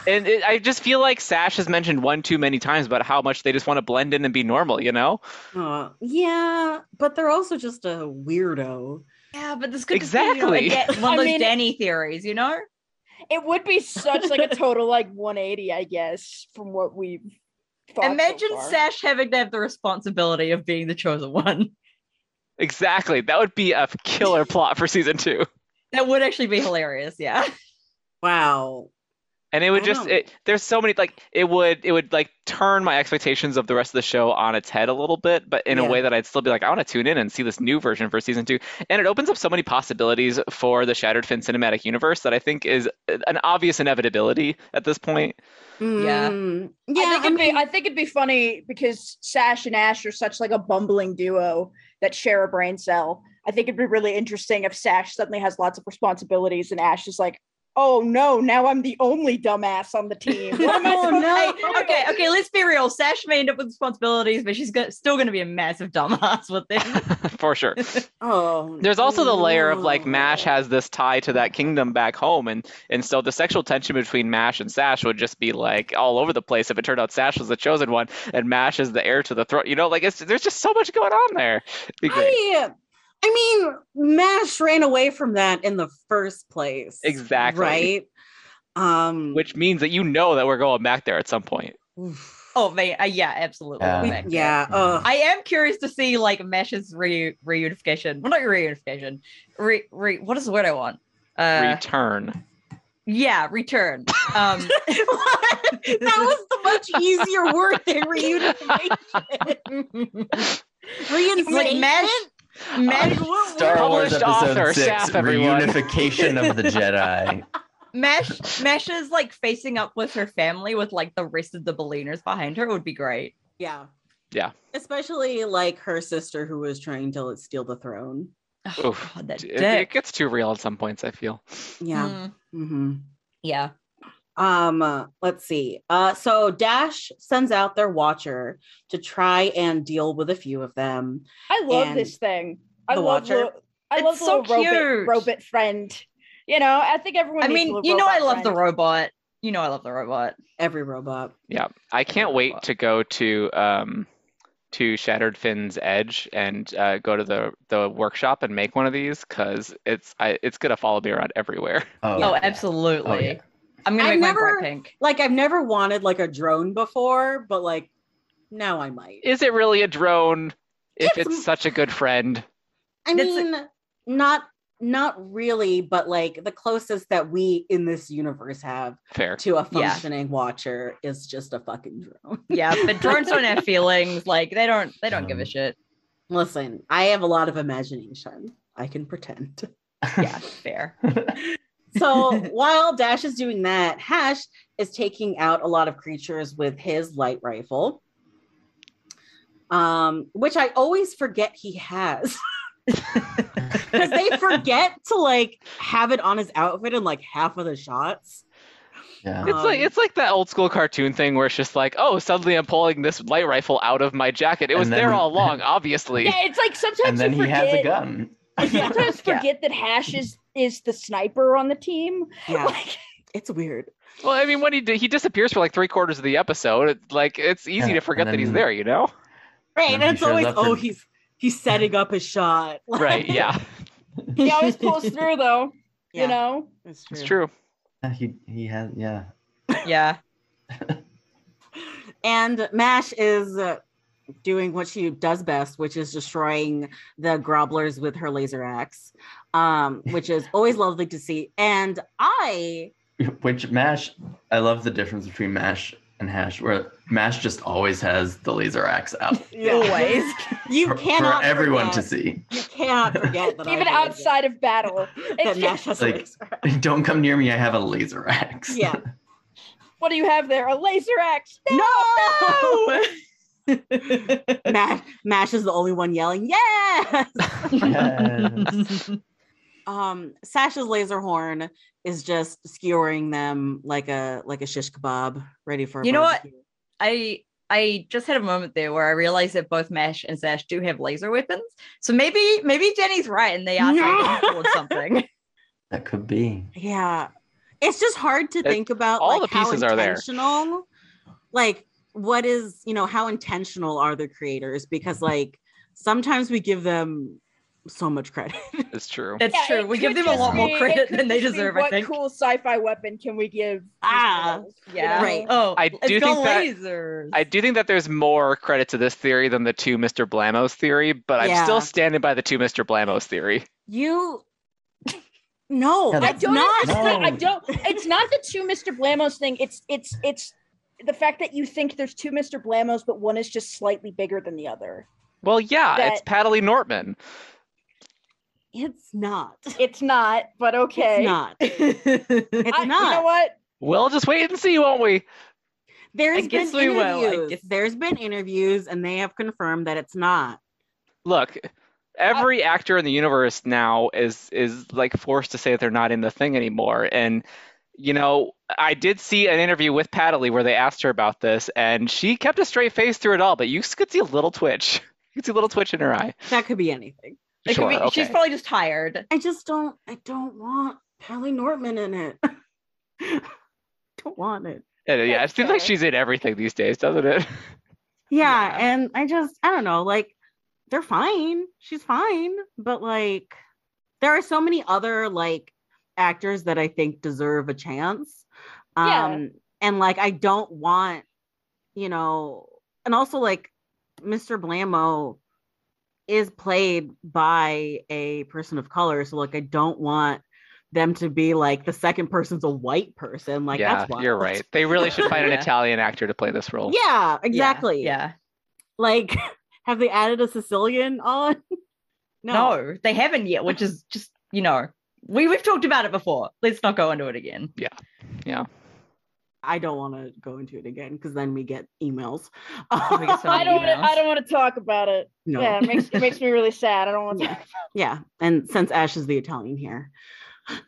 Speaker 2: And it, I just feel like Sash has mentioned one too many times about how much they just want to blend in and be normal, you know?
Speaker 1: Aw, uh, yeah but they're also just a weirdo
Speaker 3: Yeah, but this could just be, you know,
Speaker 2: Exactly.
Speaker 3: again, one
Speaker 4: I
Speaker 3: of those
Speaker 4: mean-
Speaker 3: Danny theories, you know?
Speaker 4: it would be such like a total like 180, I guess, from what we've thought. so
Speaker 3: Imagine
Speaker 4: far.
Speaker 3: Sash having to have the responsibility of being the chosen one.
Speaker 2: Exactly. That would be a killer plot for season two.
Speaker 3: That would actually be hilarious. Yeah.
Speaker 1: Wow.
Speaker 2: and it would
Speaker 1: I
Speaker 2: just
Speaker 1: know.
Speaker 2: it, there's so many like it would it would like turn my expectations of the rest of the show on its head a little bit but in
Speaker 1: Yeah.
Speaker 2: a way that i'd still be like i want to tune in and see this new version for season two and it opens up so many possibilities for the shattered fin cinematic universe that i think is uh, an obvious inevitability at this point
Speaker 3: Yeah.
Speaker 1: Mm,
Speaker 4: I
Speaker 1: yeah.
Speaker 4: think
Speaker 1: I
Speaker 4: it'd
Speaker 1: mean,
Speaker 4: be I think it'd be funny because Sash and Ash are such like a bumbling duo that share a brain cell. I think it'd be really interesting if Sash suddenly has lots of responsibilities and Ash is like, oh no, now I'm the only dumbass on the team. What am I
Speaker 1: Oh,
Speaker 4: supposed
Speaker 1: no.
Speaker 4: to do?"
Speaker 3: okay, okay, let's be real. Sash may end up with responsibilities, but she's go- still going to be a massive dumbass with them.
Speaker 2: for sure
Speaker 1: oh,
Speaker 2: There's also the layer of like
Speaker 1: no.
Speaker 3: Oh.
Speaker 2: Mash has this tie to that kingdom back home, and and so the sexual tension between Mash and Sash would just be like all over the place if it turned out Sash was the chosen one and Mash is the heir to the throne. You know, like it's there's just so much going on there. It'd be great.
Speaker 1: I, I mean, Mash ran away from that in the first place.
Speaker 2: Exactly.
Speaker 1: Right. Um.
Speaker 2: Which means that you know that we're going back there at some point.
Speaker 1: oof.
Speaker 3: oh, man. Uh, yeah, absolutely.
Speaker 5: Yeah.
Speaker 3: Go
Speaker 1: We-
Speaker 3: back to it.
Speaker 1: yeah. ugh.
Speaker 3: I am curious to see like Mesh's re- reunification. Well, not reunification. Re- re- what is the word I want? Uh,
Speaker 2: Return.
Speaker 3: yeah, return. Um,
Speaker 1: that was the much easier word than reunification.
Speaker 3: like
Speaker 1: Reunification.
Speaker 3: Mesh. Mesh,
Speaker 1: what
Speaker 5: Star
Speaker 1: word?
Speaker 5: Wars
Speaker 2: Published
Speaker 5: Episode
Speaker 2: author,
Speaker 5: Six:
Speaker 2: staff, everyone.
Speaker 5: Reunification of the Jedi.
Speaker 3: Mesh, Mesh is like facing up with her family with like the rest of the Beleners behind her would be great.
Speaker 1: Yeah.
Speaker 2: Yeah.
Speaker 1: Especially like her sister who was trying to steal the throne.
Speaker 3: Oh,
Speaker 2: Oof.
Speaker 3: God, that
Speaker 2: It,
Speaker 3: dick.
Speaker 2: it gets too real at some points. I feel.
Speaker 1: Yeah.
Speaker 3: Mm,
Speaker 1: hmm
Speaker 3: yeah.
Speaker 1: Um, uh, let's see. Uh, so Dash sends out their watcher to try and deal with a few of them.
Speaker 4: I love
Speaker 1: And
Speaker 4: this thing. I
Speaker 1: the
Speaker 4: love
Speaker 1: Watcher?
Speaker 4: lo- I
Speaker 3: It's
Speaker 4: love the
Speaker 3: so
Speaker 4: little
Speaker 3: cute.
Speaker 4: robot, robot friend. You know, I think everyone
Speaker 3: I
Speaker 4: needs a
Speaker 3: mean,
Speaker 4: little
Speaker 3: you know, I
Speaker 4: robot
Speaker 3: love
Speaker 4: friend.
Speaker 3: the robot. You know, I love the robot.
Speaker 2: Oh,
Speaker 1: Every robot.
Speaker 2: Yeah, I can't wait to go to um to Shattered Finn's Edge and uh, go to the the workshop and make one of these because it's I it's gonna follow me around everywhere.
Speaker 5: Oh,
Speaker 3: Oh,
Speaker 5: yeah.
Speaker 3: absolutely.
Speaker 5: Oh, yeah.
Speaker 3: I'm gonna
Speaker 1: I've
Speaker 3: make my
Speaker 1: never-
Speaker 3: bright pink.
Speaker 1: Like I've never wanted like a drone before, but like now I might.
Speaker 2: Is it really a drone if
Speaker 1: It's-
Speaker 2: it's such a good friend?
Speaker 1: I
Speaker 3: That's a-
Speaker 1: mean, not not really, but like the closest that we in this universe have
Speaker 2: Fair.
Speaker 1: to a
Speaker 3: Yeah.
Speaker 1: functioning watcher is just a fucking drone.
Speaker 3: Yeah, but drones don't have feelings. Like they don't. They don't give a
Speaker 5: Um,
Speaker 3: shit.
Speaker 1: Listen, I have a lot of imagination. I can pretend.
Speaker 3: Yeah, fair.
Speaker 1: So while Dash is doing that, Hash is taking out a lot of creatures with his light rifle. Um, which I always forget he has. Because they forget to like have it on his outfit in like half of the shots.
Speaker 5: yeah.
Speaker 2: It's like
Speaker 1: Um,
Speaker 2: it's like that old school cartoon thing where it's just like, oh, suddenly I'm pulling this light rifle out of my jacket. It
Speaker 5: And
Speaker 2: was there
Speaker 5: then-
Speaker 2: all along, obviously.
Speaker 4: Yeah, it's like sometimes
Speaker 5: And then
Speaker 4: you
Speaker 5: he has a
Speaker 4: forget-
Speaker 5: gun.
Speaker 4: I sometimes
Speaker 3: Yeah.
Speaker 4: forget that Hash is is the sniper on the team.
Speaker 1: Yeah,
Speaker 4: Like,
Speaker 1: it's weird.
Speaker 2: Well, I mean, when he di- he disappears for like three quarters of the episode, it, like it's easy
Speaker 5: Yeah,
Speaker 2: to forget
Speaker 5: and
Speaker 2: that he's
Speaker 5: then-
Speaker 2: there, you know?
Speaker 1: Right.
Speaker 5: Then
Speaker 1: And
Speaker 5: he
Speaker 1: it's
Speaker 5: shows
Speaker 1: always,
Speaker 5: up
Speaker 1: oh,
Speaker 5: for-
Speaker 1: he's he's setting up his shot.
Speaker 2: Right? Yeah,
Speaker 4: he always pulls through though.
Speaker 1: Yeah,
Speaker 4: You know,
Speaker 1: it's true.
Speaker 2: it's true.
Speaker 5: Uh, He he has yeah.
Speaker 3: Yeah.
Speaker 1: And Mash is uh, doing what she does best, which is destroying the grobblers with her laser axe, um, which is always lovely to see. And I,
Speaker 5: Which Mash, I love the difference between Mash and Hash, where Mash just always has the laser axe out
Speaker 3: Always.
Speaker 1: you
Speaker 5: for, for
Speaker 1: cannot
Speaker 5: everyone
Speaker 1: forget,
Speaker 5: to see.
Speaker 1: You cannot forget that I
Speaker 4: even
Speaker 1: did it.
Speaker 4: outside of battle,
Speaker 1: that
Speaker 4: it's
Speaker 1: Mash
Speaker 4: just,
Speaker 1: has a
Speaker 5: Like-
Speaker 1: laser axe.
Speaker 5: Don't come near me. I have a laser axe.
Speaker 1: Yeah.
Speaker 4: what do you have there? A laser axe?
Speaker 1: No.
Speaker 3: yeah.
Speaker 1: Mash, Mash is the only one yelling, yes.
Speaker 5: Yes.
Speaker 1: um sasha's laser horn is just skewering them like a like a shish kebab ready for a
Speaker 3: You know what?
Speaker 1: barbecue.
Speaker 3: I I just had a moment there where I realized that both Mash and Sash do have laser weapons. So maybe maybe Jenny's right and they are
Speaker 1: No.
Speaker 3: trying towards something.
Speaker 5: that could be.
Speaker 1: yeah it's just hard to think about
Speaker 2: all
Speaker 1: like,
Speaker 2: the pieces
Speaker 1: how
Speaker 2: are there.
Speaker 1: intentional, like what is you know how intentional are the creators because like sometimes we give them so much credit
Speaker 2: It's true.
Speaker 3: That's
Speaker 4: Yeah,
Speaker 3: true.
Speaker 4: it
Speaker 3: We give
Speaker 4: could
Speaker 3: them a
Speaker 4: just
Speaker 3: lot
Speaker 4: be-
Speaker 3: more
Speaker 4: it
Speaker 3: credit
Speaker 4: could
Speaker 3: than they
Speaker 4: just be
Speaker 3: deserve,
Speaker 4: what
Speaker 3: I think.
Speaker 4: cool sci-fi weapon can we give? these
Speaker 1: Ah,
Speaker 4: models, you
Speaker 3: Yeah.
Speaker 1: Right.
Speaker 4: know?
Speaker 3: Oh,
Speaker 2: I
Speaker 3: it's
Speaker 2: do
Speaker 3: got
Speaker 2: think that-
Speaker 3: lasers.
Speaker 2: I do think that there's more credit to this theory than the two Mr. Blamos theory, but I'm
Speaker 1: Yeah.
Speaker 2: still standing by the two Mr. Blamos theory.
Speaker 1: you No,
Speaker 5: Yeah,
Speaker 1: it's
Speaker 5: that's-
Speaker 4: I don't
Speaker 1: not.
Speaker 4: understand.
Speaker 5: No.
Speaker 4: I don't. It's not the two Mr. Blamos thing. It's it's it's the fact that you think there's two Mr. Blamos, but one is just slightly bigger than the other.
Speaker 2: Well, yeah, it's
Speaker 4: That-
Speaker 2: Natalie Nortman.
Speaker 1: It's not. It's
Speaker 4: It's not, but okay.
Speaker 1: not. It's
Speaker 4: I-
Speaker 1: not.
Speaker 4: You know what?
Speaker 2: We'll just wait and see, won't we?
Speaker 1: There's been
Speaker 3: guess we will. I
Speaker 1: interviews.
Speaker 3: guess-
Speaker 1: There's been interviews, and they have confirmed that it's not.
Speaker 2: Look,
Speaker 3: Uh,
Speaker 2: every actor in the universe now is is like forced to say that they're not in the thing anymore. And you know, I did see an interview with Natalie where they asked her about this, and she kept a straight face through it all. But you could see a little twitch. You could see a little twitch in her eye.
Speaker 1: That could be anything.
Speaker 3: It could
Speaker 2: Sure,
Speaker 3: be-
Speaker 2: okay.
Speaker 3: She's probably just tired.
Speaker 1: I just don't. I don't want Pally Nortman in it. don't want it.
Speaker 2: And, uh, yeah, it seems like
Speaker 4: Okay.
Speaker 2: she's in everything these days, doesn't it?
Speaker 1: Yeah,
Speaker 2: Yeah.
Speaker 1: and I just I don't know, like they're fine. She's fine, but like there are so many other like actors that I think deserve a chance. Um
Speaker 4: Yeah.
Speaker 1: and like I don't want you know, and also like Mr. Blamo is played by a person of color, so like I don't want them to be like the second person's a white person. Like
Speaker 2: yeah,
Speaker 1: that's wild.
Speaker 2: you're right. They really should find an
Speaker 3: Yeah.
Speaker 2: Italian actor to play this role.
Speaker 1: Yeah,
Speaker 3: Yeah,
Speaker 1: exactly
Speaker 3: Yeah.
Speaker 1: like have they added a sicilian Oh, on
Speaker 3: No. they haven't yet, which is just, you know, we, we've talked about it before. Let's not go into it again.
Speaker 1: i don't want to go into it again because then we get emails
Speaker 3: We get so
Speaker 4: I
Speaker 3: many
Speaker 4: don't. Wanna,
Speaker 3: emails.
Speaker 4: I don't want to talk about it.
Speaker 1: no.
Speaker 4: Yeah,
Speaker 1: yeah.
Speaker 4: it makes it makes me really sad. I don't want to.
Speaker 1: yeah and since ash is the italian here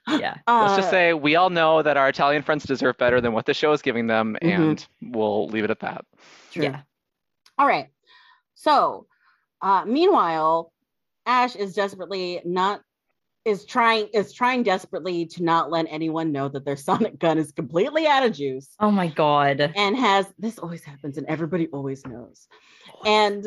Speaker 3: Yeah.
Speaker 2: Let's just
Speaker 1: uh,
Speaker 2: say we all know that our Italian friends deserve better than what the show is giving them,
Speaker 1: Mhm.
Speaker 2: and we'll leave it at that.
Speaker 1: true.
Speaker 3: Yeah.
Speaker 1: all right so uh meanwhile ash is desperately not is trying is trying desperately to not let anyone know that their sonic gun is completely out of juice
Speaker 3: Oh my God.
Speaker 1: and has this always happens and everybody always knows and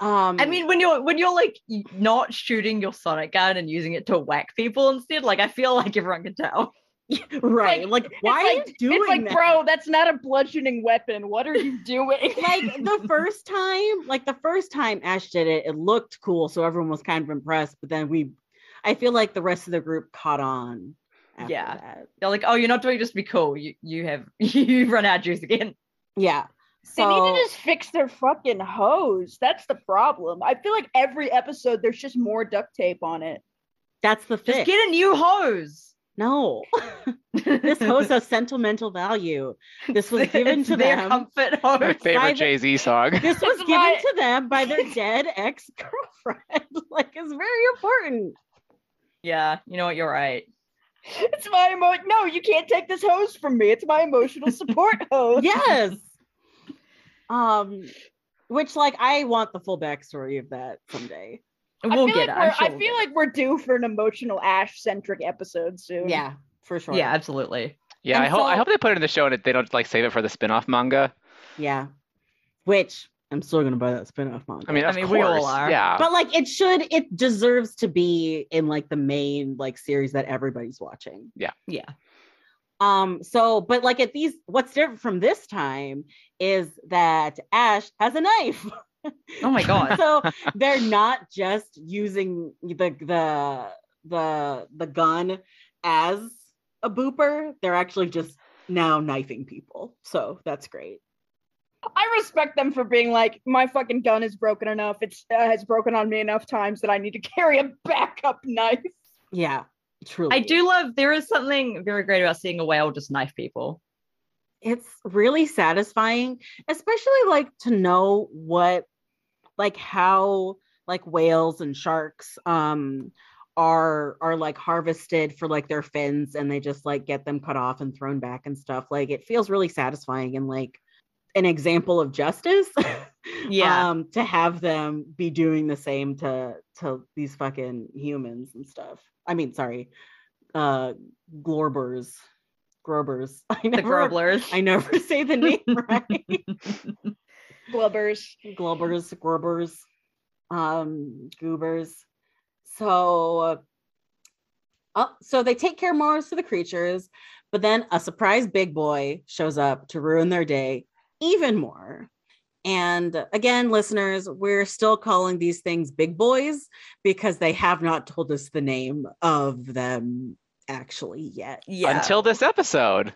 Speaker 1: um
Speaker 3: I mean, when you're when you're like not shooting your sonic gun and using it to whack people instead, like I feel like everyone can tell.
Speaker 1: right like, why
Speaker 4: it's
Speaker 1: are
Speaker 4: like,
Speaker 1: you doing
Speaker 4: It's like,
Speaker 1: that?
Speaker 4: bro, that's not a bludgeoning weapon. What are you doing?
Speaker 1: like the first time like the first time ash did it it looked cool so everyone was kind of impressed but then we i feel like the rest of the group caught on after
Speaker 3: Yeah.
Speaker 1: that.
Speaker 3: They're like, oh, you're not doing it just to be cool. You you have you run out of juice again.
Speaker 1: yeah
Speaker 4: They need
Speaker 1: so
Speaker 4: to just fix their fucking hose. That's the problem. I feel like every episode there's just more duct tape on it.
Speaker 1: that's the
Speaker 3: Just
Speaker 1: fix
Speaker 3: get a new hose.
Speaker 1: no this host has sentimental value this was given
Speaker 3: It's
Speaker 1: to
Speaker 3: their
Speaker 1: them
Speaker 3: comfort
Speaker 2: My
Speaker 3: hose.
Speaker 2: favorite
Speaker 1: private-
Speaker 2: Jay Z song.
Speaker 1: this was
Speaker 4: It's
Speaker 1: given
Speaker 4: my-
Speaker 1: to them by their dead ex-girlfriend like it's very important
Speaker 3: Yeah, you know what? You're right.
Speaker 4: It's my emo. No, you can't take this hose from me. It's my emotional support hose.
Speaker 1: yes um which like i want the full backstory of that someday
Speaker 4: I
Speaker 3: We'll
Speaker 4: feel
Speaker 3: get
Speaker 4: like
Speaker 3: it. I'm
Speaker 4: we're,
Speaker 3: sure
Speaker 4: I
Speaker 3: we'll
Speaker 4: feel
Speaker 3: get
Speaker 4: like we're due for an emotional Ash centric episode soon.
Speaker 1: yeah for
Speaker 3: it.
Speaker 1: sure
Speaker 3: yeah, absolutely.
Speaker 2: Yeah,
Speaker 1: And
Speaker 2: I hope I
Speaker 1: so-
Speaker 2: hope they put it in the show and they don't like save it for the spin-off manga.
Speaker 1: yeah which i'm still gonna buy that spin-off manga
Speaker 2: I mean,
Speaker 3: I
Speaker 2: of
Speaker 3: mean,
Speaker 2: course.
Speaker 3: we all are.
Speaker 2: Yeah.
Speaker 1: but like it should it deserves to be in like the main like series that everybody's watching
Speaker 3: Yeah.
Speaker 1: um so but like at these what's different from this time is that ash has a knife
Speaker 3: Oh my god.
Speaker 1: so they're not just using the the the the gun as a booper they're actually just now knifing people so that's great
Speaker 4: I respect them for being like, my fucking gun is broken enough. It's uh, has broken on me enough times that I need to carry a backup knife.
Speaker 1: yeah truly
Speaker 3: I do love. There is something very great about seeing a whale just knife people.
Speaker 1: it's really satisfying especially like to know what like how like whales and sharks um are are like harvested for like their fins and they just like get them cut off and thrown back and stuff like it feels really satisfying and like an example of justice
Speaker 3: Yeah.
Speaker 1: um to have them be doing the same to to these fucking humans and stuff i mean sorry uh glorbers grobers i
Speaker 3: The
Speaker 1: never
Speaker 3: grumblers.
Speaker 1: I never say the name right.
Speaker 4: Glubbers.
Speaker 1: Glubbers, grubbers, um, goobers. So, uh, oh, so they take care more to the creatures, but then a surprise big boy shows up to ruin their day even more. And again, listeners, we're still calling these things big boys because they have not told us the name of them actually yet.
Speaker 3: Yeah.
Speaker 2: Until this episode.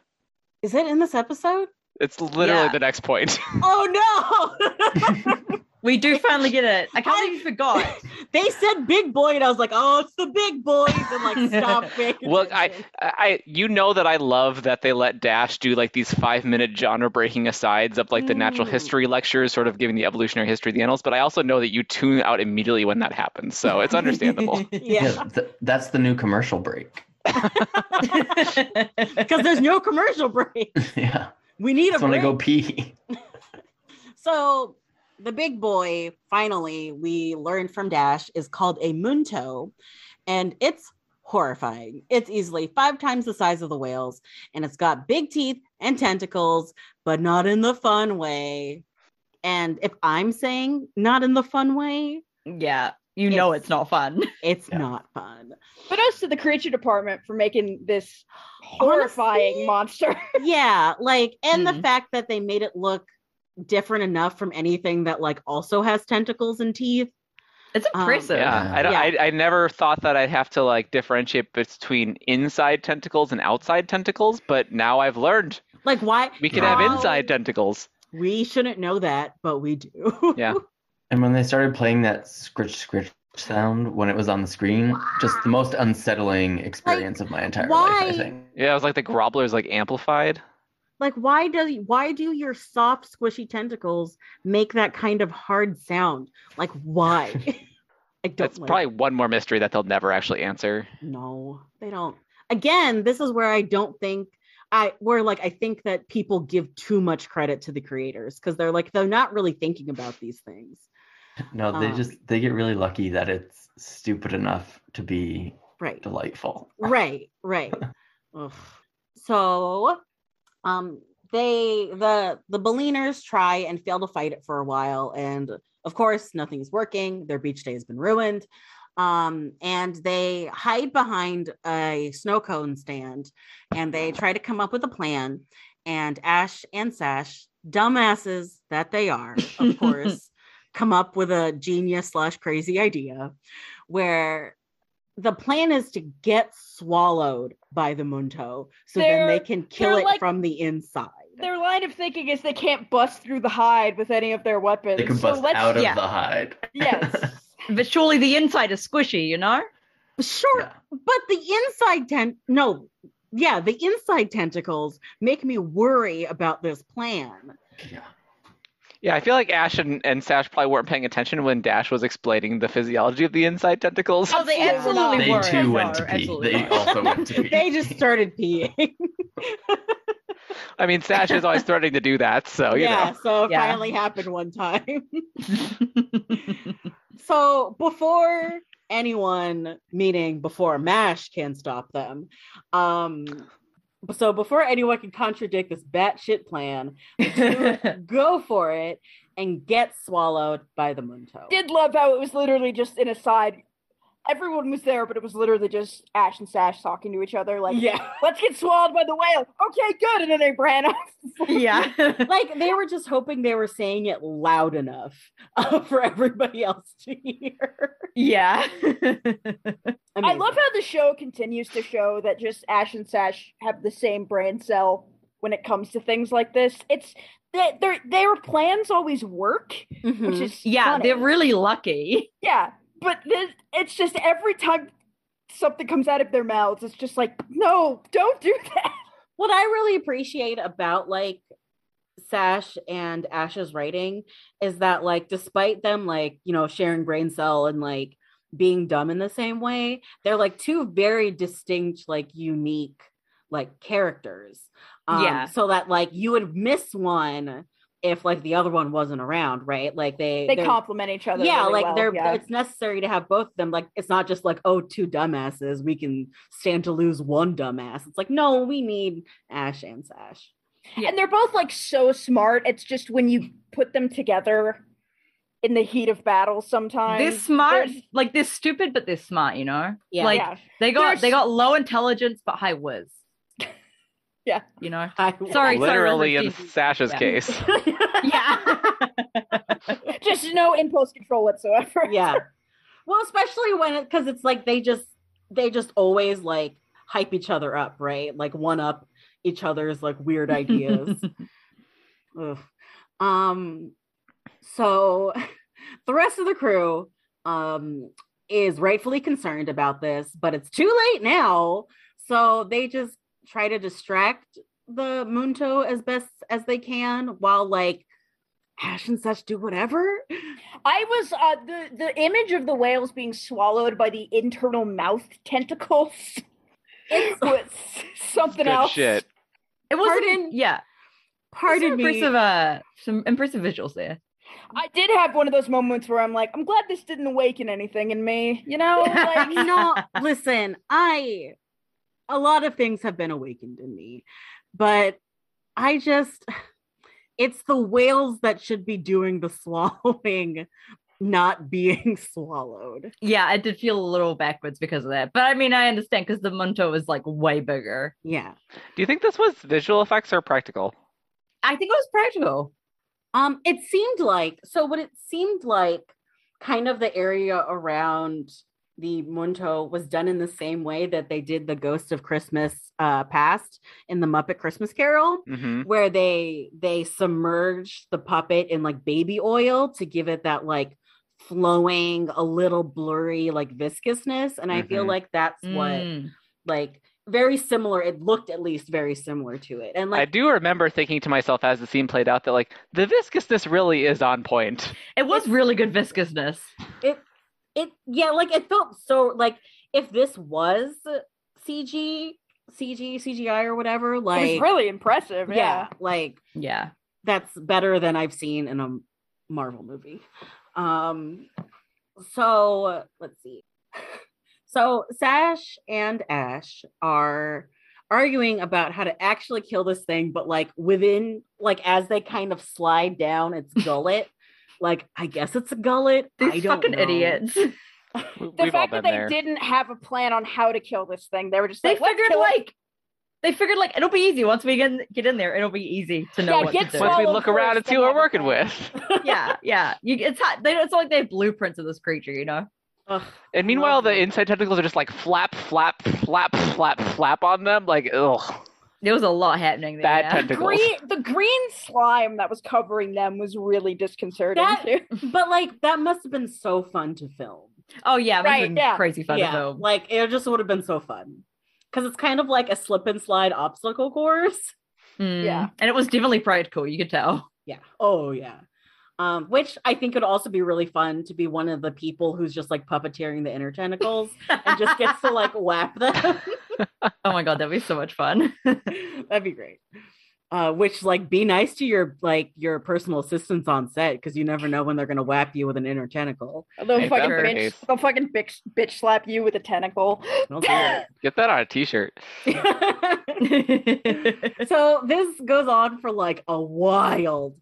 Speaker 1: Is it in this episode?
Speaker 2: It's literally
Speaker 3: Yeah.
Speaker 2: the next point.
Speaker 1: Oh no!
Speaker 3: we do finally get it. I can't believe you forgot.
Speaker 1: they said big boy, and I was like, oh, it's the big boys. And like, stop it.
Speaker 2: Well, I, I, you know that I love that they let Dash do like these five minute genre breaking asides of like the natural
Speaker 1: Mm.
Speaker 2: history lectures, sort of giving the evolutionary history of the animals. But I also know that you tune out immediately when that happens, so it's understandable.
Speaker 1: Yeah.
Speaker 5: th- that's the new commercial break.
Speaker 1: Because there's no commercial break.
Speaker 5: yeah.
Speaker 1: We need a
Speaker 5: That's when I
Speaker 1: break.
Speaker 5: go pee.
Speaker 1: So the big boy, finally, we learned from Dash is called a munto, and it's horrifying. It's easily five times the size of the whales, and it's got big teeth and tentacles, but not in the fun way. And if I'm saying not in the fun way,
Speaker 3: yeah. You know
Speaker 1: It's-
Speaker 3: it's not fun.
Speaker 1: it's
Speaker 5: Yeah.
Speaker 1: not fun.
Speaker 4: But us to the creature department for making this
Speaker 1: Honestly,
Speaker 4: horrifying monster.
Speaker 1: yeah, like, and the
Speaker 2: Hmm.
Speaker 3: Mhm.
Speaker 1: fact that they made it look different enough from anything that like also has tentacles and teeth
Speaker 3: It's
Speaker 1: Um,
Speaker 3: impressive.
Speaker 2: yeah, I, don't- I, I never thought that I'd have to like differentiate between inside tentacles and outside tentacles, but now I've learned
Speaker 1: like why
Speaker 2: we can
Speaker 1: Wow.
Speaker 2: have inside tentacles.
Speaker 1: We shouldn't know that, but we do.
Speaker 2: Yeah.
Speaker 5: And when they started playing that scritch scritch sound when it was on the screen, just the most unsettling experience of my entire life,
Speaker 1: why?
Speaker 5: I think.
Speaker 2: Yeah, it was like the grobblers like amplified.
Speaker 1: like why does why do your soft squishy tentacles make that kind of hard sound? Like why? I don't
Speaker 2: That's
Speaker 1: like
Speaker 2: probably one more mystery that they'll never actually answer.
Speaker 1: no. They don't. Again, this is where I don't think I where like I think that people give too much credit to the creators because they're like they're not really thinking about these things.
Speaker 5: No, they
Speaker 1: Um,
Speaker 5: just they get really lucky that it's stupid enough to be
Speaker 1: Right.
Speaker 5: delightful.
Speaker 1: right right Ugh. so um they the the Baliners try and fail to fight it for a while and of course nothing's working their beach day has been ruined um and they hide behind a snow cone stand and they try to come up with a plan and ash and sash dumbasses that they are of course come up with a genius slash crazy idea where the plan is to get swallowed by the Munto so then
Speaker 4: They're-
Speaker 1: they can kill
Speaker 4: they're
Speaker 1: it
Speaker 4: like-
Speaker 1: from the inside.
Speaker 4: Their line of thinking is they can't bust through the hide with any of their weapons.
Speaker 5: They can
Speaker 4: so
Speaker 5: bust
Speaker 4: let's
Speaker 5: out of
Speaker 3: yeah.
Speaker 5: the hide.
Speaker 4: yes.
Speaker 3: But surely the inside is squishy, you know?
Speaker 1: Sure,
Speaker 5: Yeah.
Speaker 1: but the inside tent no, yeah, the inside tentacles make me worry about this plan.
Speaker 5: Yeah.
Speaker 2: Yeah, I feel like Ash and, and Sash probably weren't paying attention when Dash was explaining the physiology of the inside tentacles.
Speaker 3: Oh, they
Speaker 4: Yeah.
Speaker 3: absolutely
Speaker 5: They
Speaker 3: were.
Speaker 5: too went
Speaker 3: No,
Speaker 5: to pee.
Speaker 3: absolutely
Speaker 5: They
Speaker 3: were.
Speaker 5: also went to pee.
Speaker 1: They just started peeing.
Speaker 2: I mean, Sash is always threatening to do that, so Oh, you
Speaker 1: yeah,
Speaker 2: know.
Speaker 1: so it
Speaker 3: Yeah.
Speaker 1: finally happened one time. so before anyone meaning before mash can stop them um so before anyone can contradict this batshit plan go for it and get swallowed by the munto
Speaker 4: did love how it was literally just an aside. Everyone was there, but it was literally just Ash and Sash talking to each other, like,
Speaker 1: yeah
Speaker 4: let's get swallowed by the whale. Okay, good. And then they ran off.
Speaker 3: yeah.
Speaker 1: like they were just hoping they were saying it loud enough uh, for everybody else to hear
Speaker 3: yeah.
Speaker 4: I love how the show continues to show that just Ash and Sash have the same brain cell when it comes to things like this. It's that their their plans always work,
Speaker 1: Mhm.
Speaker 4: which is
Speaker 3: yeah,
Speaker 4: funny.
Speaker 3: they're really lucky.
Speaker 4: yeah. But this, it's just every time something comes out of their mouths, it's just like, no, don't do that.
Speaker 1: what I really appreciate about like Sash and Ash's writing is that like despite them like, you know, sharing brain cell and like being dumb in the same way, they're like two very distinct like unique like characters. Um,
Speaker 3: Yeah.
Speaker 1: so that like you would miss one if like the other one wasn't around, right? Like they
Speaker 4: They
Speaker 1: they're-
Speaker 4: compliment each other.
Speaker 1: yeah,
Speaker 4: really
Speaker 1: like
Speaker 4: well,
Speaker 1: they're
Speaker 4: yeah.
Speaker 1: it's necessary to have both of them. Like it's not just like, oh, two dumbasses, we can stand to lose one dumbass. It's like, no, we need Ash and Sash.
Speaker 4: and they're both like so smart. It's just when you put them together in the heat of battle, sometimes
Speaker 3: They're smart.
Speaker 4: there's-
Speaker 3: Like they're stupid, but they're smart, you know?
Speaker 1: Yeah.
Speaker 3: Like
Speaker 4: yeah.
Speaker 3: they got
Speaker 4: They're
Speaker 3: they
Speaker 4: s-
Speaker 3: got low intelligence but high whiz.
Speaker 4: Yeah.
Speaker 3: You know?
Speaker 1: I
Speaker 3: Sorry, sorry,
Speaker 2: Literally in
Speaker 3: Rosie.
Speaker 2: Sash's
Speaker 3: Yeah.
Speaker 2: case.
Speaker 3: Yeah.
Speaker 4: Just no impulse control whatsoever.
Speaker 1: yeah well especially when because it's like they just they just always like hype each other up right like one up each other's like weird ideas Ugh. um so the rest of the crew um is rightfully concerned about this but it's too late now so they just try to distract the munto as best as they can while like ash and such do whatever
Speaker 4: I was uh, the the image of the whales being swallowed by the internal mouth tentacles was something
Speaker 2: Good
Speaker 4: else.
Speaker 2: shit.
Speaker 3: It wasn't.
Speaker 1: Pardon?
Speaker 3: Yeah.
Speaker 1: pardon
Speaker 3: some
Speaker 1: me
Speaker 3: Impressive. Uh, some impressive visuals there.
Speaker 4: I did have one of those moments where I'm like, I'm glad this didn't awaken anything in me. You know, like
Speaker 1: like no listen i a lot of things have been awakened in me but i just it's the whales that should be doing the swallowing not being swallowed
Speaker 3: Yeah, it did feel a little backwards because of that. But I mean, I understand because the Munto is like way bigger.
Speaker 1: yeah
Speaker 2: Do you think this was visual effects or practical?
Speaker 3: I think it was practical.
Speaker 1: um it seemed like so what it seemed like kind of the area around the munto was done in the same way that they did the ghost of christmas uh past in the muppet christmas carol
Speaker 2: Mm-hmm.
Speaker 1: where they they submerged the puppet in like baby oil to give it that like flowing a little blurry like viscousness and i feel
Speaker 2: Mhm.
Speaker 1: like that's what
Speaker 3: Mm.
Speaker 1: like very similar it looked at least very similar to it and
Speaker 2: I
Speaker 1: like
Speaker 2: do remember thinking to myself as the scene played out that like the viscousness really is on point.
Speaker 3: It was
Speaker 1: It's-
Speaker 3: really good viscousness.
Speaker 1: it it yeah like it felt so like if this was cg cg cgi or whatever like
Speaker 4: it was really impressive.
Speaker 1: yeah.
Speaker 4: Yeah.
Speaker 1: like
Speaker 3: Yeah.
Speaker 1: that's better than I've seen in a Marvel movie. Um, so let's see. So Sash and Ash are arguing about how to actually kill this thing, but like within, like as they kind of slide down its gullet, like I guess it's a gullet. I
Speaker 3: These
Speaker 1: don't
Speaker 3: fucking
Speaker 1: know.
Speaker 3: idiots. They
Speaker 2: We-
Speaker 4: The
Speaker 2: We've all
Speaker 4: fact that
Speaker 2: been
Speaker 4: they
Speaker 2: there.
Speaker 4: didn't have a plan on how to kill this thing, they were just like, "Let's
Speaker 3: figured
Speaker 4: kill it."
Speaker 3: like they figured like it'll be easy once we get get in there. It'll be easy to know
Speaker 4: Yeah,
Speaker 3: what
Speaker 4: get
Speaker 3: to do.
Speaker 2: Once we
Speaker 4: swallowed
Speaker 2: look around
Speaker 4: first,
Speaker 2: and see
Speaker 4: then
Speaker 2: what
Speaker 4: have
Speaker 2: we're
Speaker 4: a
Speaker 2: working
Speaker 4: plan.
Speaker 2: with.
Speaker 3: yeah, yeah. You, it's hot. They, it's not like they have blueprints of this creature, you know.
Speaker 1: Ugh,
Speaker 2: And meanwhile, the
Speaker 1: lovely.
Speaker 2: inside tentacles are just like flap, flap, flap, flap, flap on them. Like, ugh,
Speaker 3: There was a lot happening there.
Speaker 2: bad
Speaker 3: yeah.
Speaker 2: tentacles.
Speaker 4: Green, the green slime that was covering them was really disconcerting.
Speaker 1: That-
Speaker 4: too.
Speaker 1: but like that must have been so fun to film.
Speaker 3: Oh yeah, it must have
Speaker 4: Right,
Speaker 3: been
Speaker 4: yeah,
Speaker 3: crazy fun to film.
Speaker 1: like it just would have been so fun because it's kind of like a slip and slide obstacle course.
Speaker 3: Mm.
Speaker 4: Yeah.
Speaker 3: and it was definitely practical. You could tell.
Speaker 1: Yeah. Oh yeah. Um, which I think would also be really fun to be one of the people who's just like puppeteering the inner tentacles and just gets to like whap them.
Speaker 3: Oh my god, that'd be so much fun.
Speaker 1: That'd be great. Uh, which like be nice to your like your personal assistants on set because you never know when they're gonna whap you with an inner tentacle.
Speaker 4: They'll
Speaker 2: Ain't
Speaker 4: fucking
Speaker 2: that the
Speaker 4: bitch,
Speaker 2: case?
Speaker 4: they'll fucking bitch, bitch slap you with a tentacle.
Speaker 1: Don't do it.
Speaker 2: Get that on a t-shirt.
Speaker 1: so this goes on for like a while.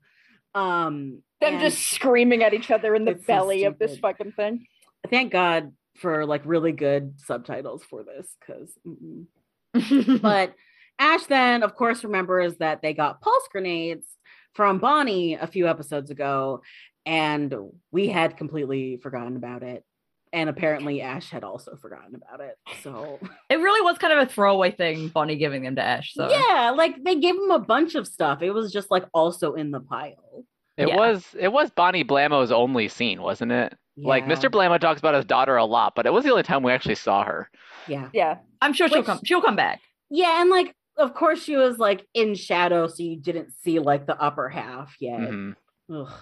Speaker 1: Um,
Speaker 4: Them
Speaker 1: and-
Speaker 4: just screaming at each other in the
Speaker 1: It's so
Speaker 4: belly of this
Speaker 1: stupid.
Speaker 4: fucking thing.
Speaker 1: thank God for like really good subtitles for this because. but Ash then, of course, remembers that they got pulse grenades from Bonnie a few episodes ago, and we had completely forgotten about it. And apparently, Ash had also forgotten about it. So,
Speaker 3: it really was kind of a throwaway thing, Bonnie giving them to Ash. So
Speaker 1: yeah, like they gave him a bunch of stuff. It was just like also in the pile.
Speaker 2: It
Speaker 3: Yeah.
Speaker 2: was it was Bonnie Blamo's only scene, wasn't it? Like
Speaker 1: Yeah,
Speaker 2: Mr. Blamo talks about his daughter a lot, but it was the only time we actually saw her.
Speaker 1: Yeah.
Speaker 4: Yeah.
Speaker 3: I'm sure she'll
Speaker 1: Which-
Speaker 3: come. She'll come back.
Speaker 1: Yeah. And like, of course, she was like in shadow, so you didn't see like the upper half yet.
Speaker 2: Mhm.
Speaker 1: Ugh.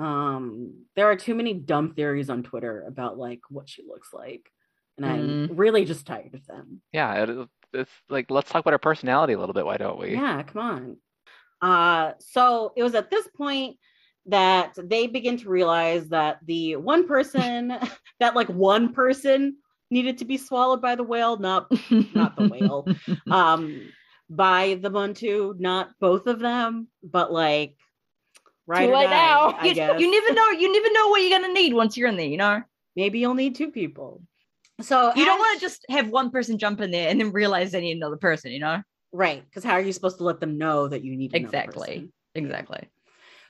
Speaker 1: Um, there are too many dumb theories on Twitter about like what she looks like, and I'm really just tired of them.
Speaker 2: Yeah, it, it's like let's talk about her personality a little bit. Why don't we?
Speaker 1: Yeah, come on. Uh, so it was at this point that they begin to realize that the one person that like one person needed to be swallowed by the whale, not not the whale, um, by the Muntu, not both of them, but like right
Speaker 4: Too late now.
Speaker 1: I
Speaker 3: you,
Speaker 1: guess.
Speaker 3: you never know. You never know what you're gonna need once you're in there. You know.
Speaker 1: maybe you'll need two people. So
Speaker 3: You don't
Speaker 1: Ash-
Speaker 3: want to just have one person jump in there and then realize they need another person. You know.
Speaker 1: right because how are you supposed to let them know that you need another
Speaker 3: Exactly.
Speaker 1: person?
Speaker 3: Exactly.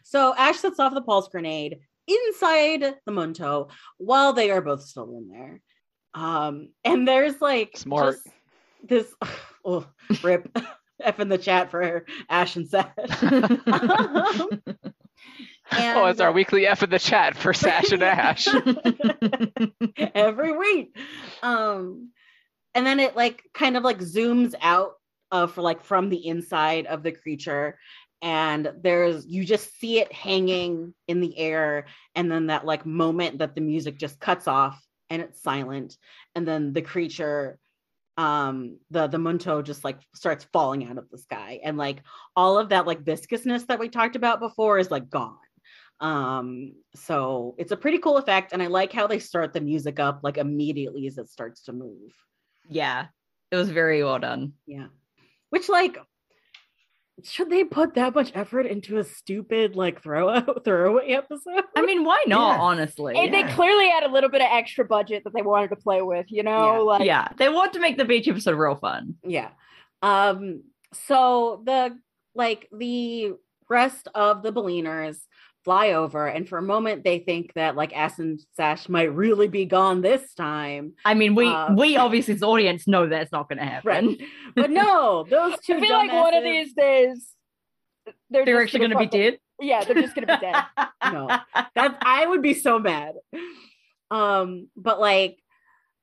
Speaker 1: So Ash sets off the pulse grenade inside the Munto while they are both still in there. Um, and there's like
Speaker 2: Smart.
Speaker 1: just this oh rip F in the chat for Ash and Sash. Um,
Speaker 2: oh, it's our weekly F in the chat for Sash and Ash.
Speaker 1: every week. Um, and then it like kind of like zooms out uh, for like from the inside of the creature, and there's you just see it hanging in the air, and then that like moment that the music just cuts off and it's silent, and then the creature um the the munto just like starts falling out of the sky and like all of that like viscousness that we talked about before is like gone um so it's a pretty cool effect and i like how they start the music up like immediately as it starts to move
Speaker 3: yeah, it was very well done.
Speaker 1: yeah which like should they put that much effort into a stupid like throw out throwaway episode
Speaker 3: I mean, why not?
Speaker 5: Yeah.
Speaker 3: Honestly,
Speaker 4: And they
Speaker 5: Yeah.
Speaker 4: clearly had a little bit of extra budget that they wanted to play with, you know?
Speaker 1: Yeah.
Speaker 4: Like
Speaker 3: yeah, they want to make the beach episode real fun.
Speaker 1: yeah um so the like the rest of the Beliners fly over and for a moment they think that like ass and sash might really be gone this time
Speaker 3: I mean, we
Speaker 1: Uh,
Speaker 3: we obviously as the audience know that's not going to happen.
Speaker 1: Right. but no those two
Speaker 4: I feel like one of
Speaker 1: dumbasses-
Speaker 4: these days they're,
Speaker 3: They're
Speaker 4: just
Speaker 3: actually going to be
Speaker 4: fucking-
Speaker 3: dead.
Speaker 4: Yeah, they're just gonna be dead.
Speaker 1: No. That's I would be so mad. Um, but like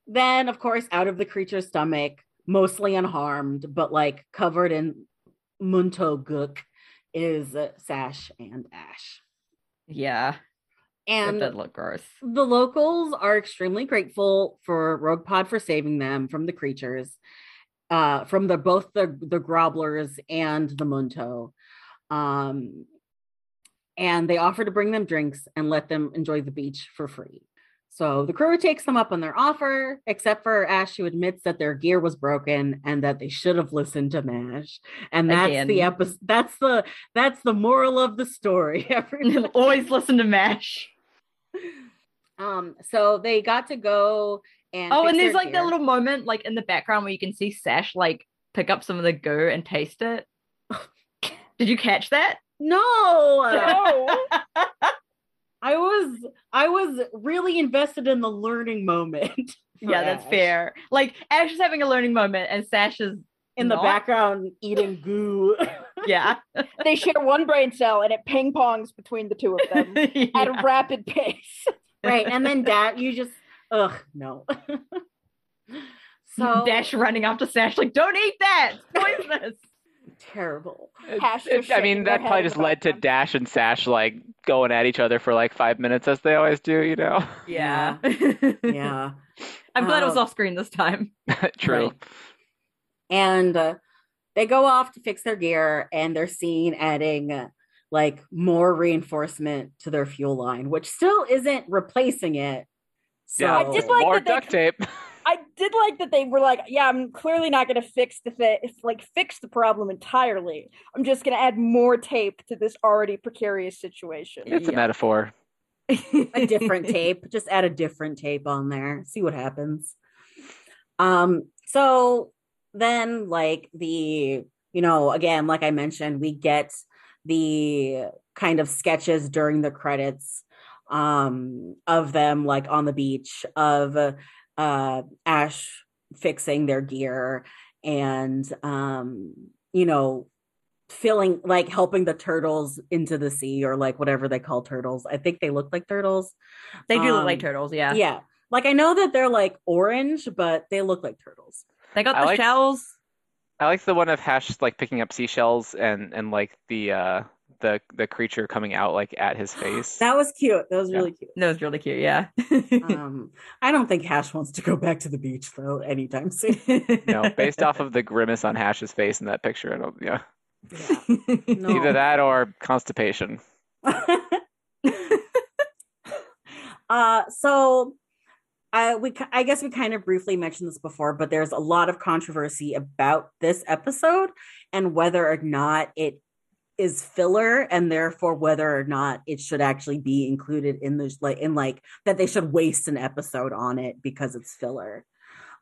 Speaker 1: then of course out of the creature's stomach, mostly unharmed, but like covered in munto gook is uh, Sash and Ash.
Speaker 3: yeah, that
Speaker 1: And
Speaker 3: did look gross.
Speaker 1: the locals are extremely grateful for Rogue Pod for saving them from the creatures, uh, from the both the the Grobblers and the Munto, um, and they offer to bring them drinks and let them enjoy the beach for free. So the crew takes them up on their offer, except for Ash, who admits that their gear was broken and that they should have listened to Mash. And that's the
Speaker 3: Again.
Speaker 1: episode. That's the that's the moral of the story. Everyone.
Speaker 3: Always listen to Mash.
Speaker 1: Um, so they got to go and
Speaker 3: Oh,
Speaker 1: fix
Speaker 3: and
Speaker 1: their
Speaker 3: there's like
Speaker 1: gear.
Speaker 3: that little moment, like in the background, where you can see Sash like pick up some of the goo and taste it. Did you catch that?
Speaker 1: no.
Speaker 4: Oh,
Speaker 1: I was I was really invested in the learning moment. for
Speaker 3: yeah, that's
Speaker 1: Ash.
Speaker 3: fair. Like Ash is having a learning moment, and Sash is
Speaker 1: In the
Speaker 3: Not-
Speaker 1: background, eating goo.
Speaker 3: yeah.
Speaker 4: they share one brain cell and it ping pongs between the two of them at a
Speaker 3: Yeah.
Speaker 4: rapid pace.
Speaker 1: right, and then Dad, you just ugh no. so
Speaker 3: Dash running after Sash, like, don't eat that. It's poisonous.
Speaker 1: terrible.
Speaker 4: Hash
Speaker 2: It-
Speaker 4: just
Speaker 2: I
Speaker 4: shaking
Speaker 2: mean,
Speaker 4: their
Speaker 2: that probably
Speaker 4: head
Speaker 2: just
Speaker 4: in the
Speaker 2: led to
Speaker 4: background.
Speaker 2: Dash and Sash like going at each other for like five minutes as they always do, you know?
Speaker 1: Yeah.
Speaker 3: yeah.
Speaker 1: Yeah,
Speaker 3: I'm glad it was
Speaker 1: Oh.
Speaker 3: off screen this time.
Speaker 2: True.
Speaker 1: Right. and uh, they go off to fix their gear, and they're seen adding uh, like more reinforcement to their fuel line, which still isn't replacing it. So
Speaker 2: Yeah.
Speaker 4: I did like
Speaker 2: More
Speaker 4: that they-
Speaker 2: duct tape.
Speaker 4: I did like that they were like, yeah, I'm clearly not going to fix the thi- like fix the problem entirely. I'm just going to add more tape to this already precarious situation.
Speaker 2: It's a
Speaker 3: Yeah.
Speaker 2: metaphor.
Speaker 1: a different tape. Just add a different tape on there. See what happens. Um, so then like the, you know, again, like I mentioned, we get the kind of sketches during the credits um of them like on the beach of uh Ash fixing their gear and um you know filling like helping the turtles into the sea or like whatever they call turtles. I think they look like turtles.
Speaker 3: They do look
Speaker 1: Um,
Speaker 3: like turtles, yeah.
Speaker 1: Yeah. Like I know that they're like orange, but they look like turtles.
Speaker 3: They got
Speaker 2: I
Speaker 3: the
Speaker 2: like-
Speaker 3: shells.
Speaker 2: I like the one of Hash like picking up seashells and and like the uh the the creature coming out like at his face.
Speaker 1: That was cute. That was
Speaker 2: Yeah.
Speaker 1: really cute.
Speaker 3: That was really cute, yeah.
Speaker 1: Um, I don't think Hash wants to go back to the beach though anytime soon.
Speaker 2: No, based off of the grimace on Hash's face in that picture, I don't, yeah.
Speaker 1: No.
Speaker 2: Either that or constipation.
Speaker 1: uh, so I we ki- I guess we kind of briefly mentioned this before, but there's a lot of controversy about this episode and whether or not it is filler, and therefore whether or not it should actually be included in the like in like that they should waste an episode on it because it's filler.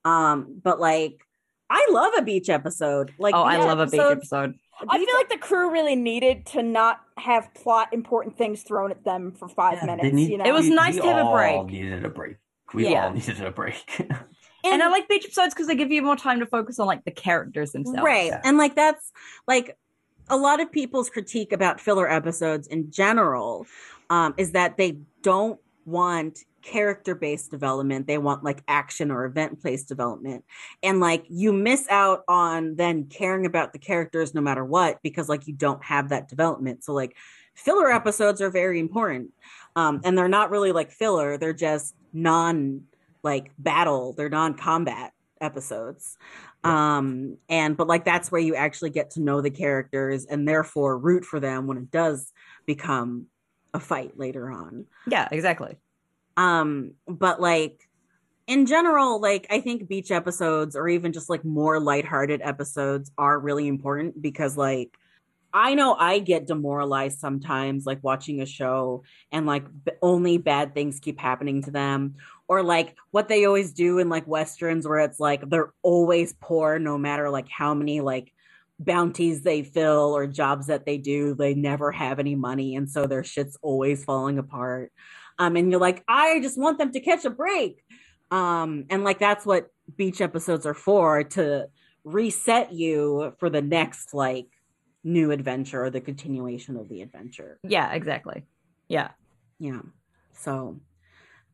Speaker 1: Um, but like I love a beach episode. Like
Speaker 3: oh, I
Speaker 1: beach
Speaker 3: Oh, love a beach
Speaker 1: episodes
Speaker 3: episode.
Speaker 6: I feel like the crew really needed to not have plot important things thrown at them for five
Speaker 5: Yeah, they
Speaker 6: minutes.
Speaker 5: need-
Speaker 6: you know,
Speaker 3: It was
Speaker 5: we-
Speaker 3: nice
Speaker 5: we
Speaker 3: to have a
Speaker 5: all
Speaker 3: break.
Speaker 5: Needed a break. We
Speaker 3: Yeah.
Speaker 5: all needed a break.
Speaker 3: And, I like beach episodes because they give you more time to focus on like the characters themselves.
Speaker 1: Right.
Speaker 5: Yeah.
Speaker 1: And like that's like a lot of people's critique about filler episodes in general um, is that they don't want character based development. They want like action or event based development. And like you miss out on then caring about the characters no matter what because like you don't have that development. So like filler episodes are very important. Um, and they're not really like filler, they're just non like battle, they're non combat episodes um and but like that's where you actually get to know the characters and therefore root for them when it does become a fight later on
Speaker 3: Yeah, exactly.
Speaker 1: um but like in general like i think beach episodes or even just like more lighthearted episodes are really important because like i know i get demoralized sometimes like watching a show and like b- only bad things keep happening to them or like what they always do in like westerns where it's like they're always poor no matter like how many like bounties they fill or jobs that they do they never have any money and so their shit's always falling apart um and you're like i just want them to catch a break um and like that's what beach episodes are for to reset you for the next like new adventure or the continuation of the adventure
Speaker 3: Yeah, exactly. Yeah.
Speaker 1: yeah so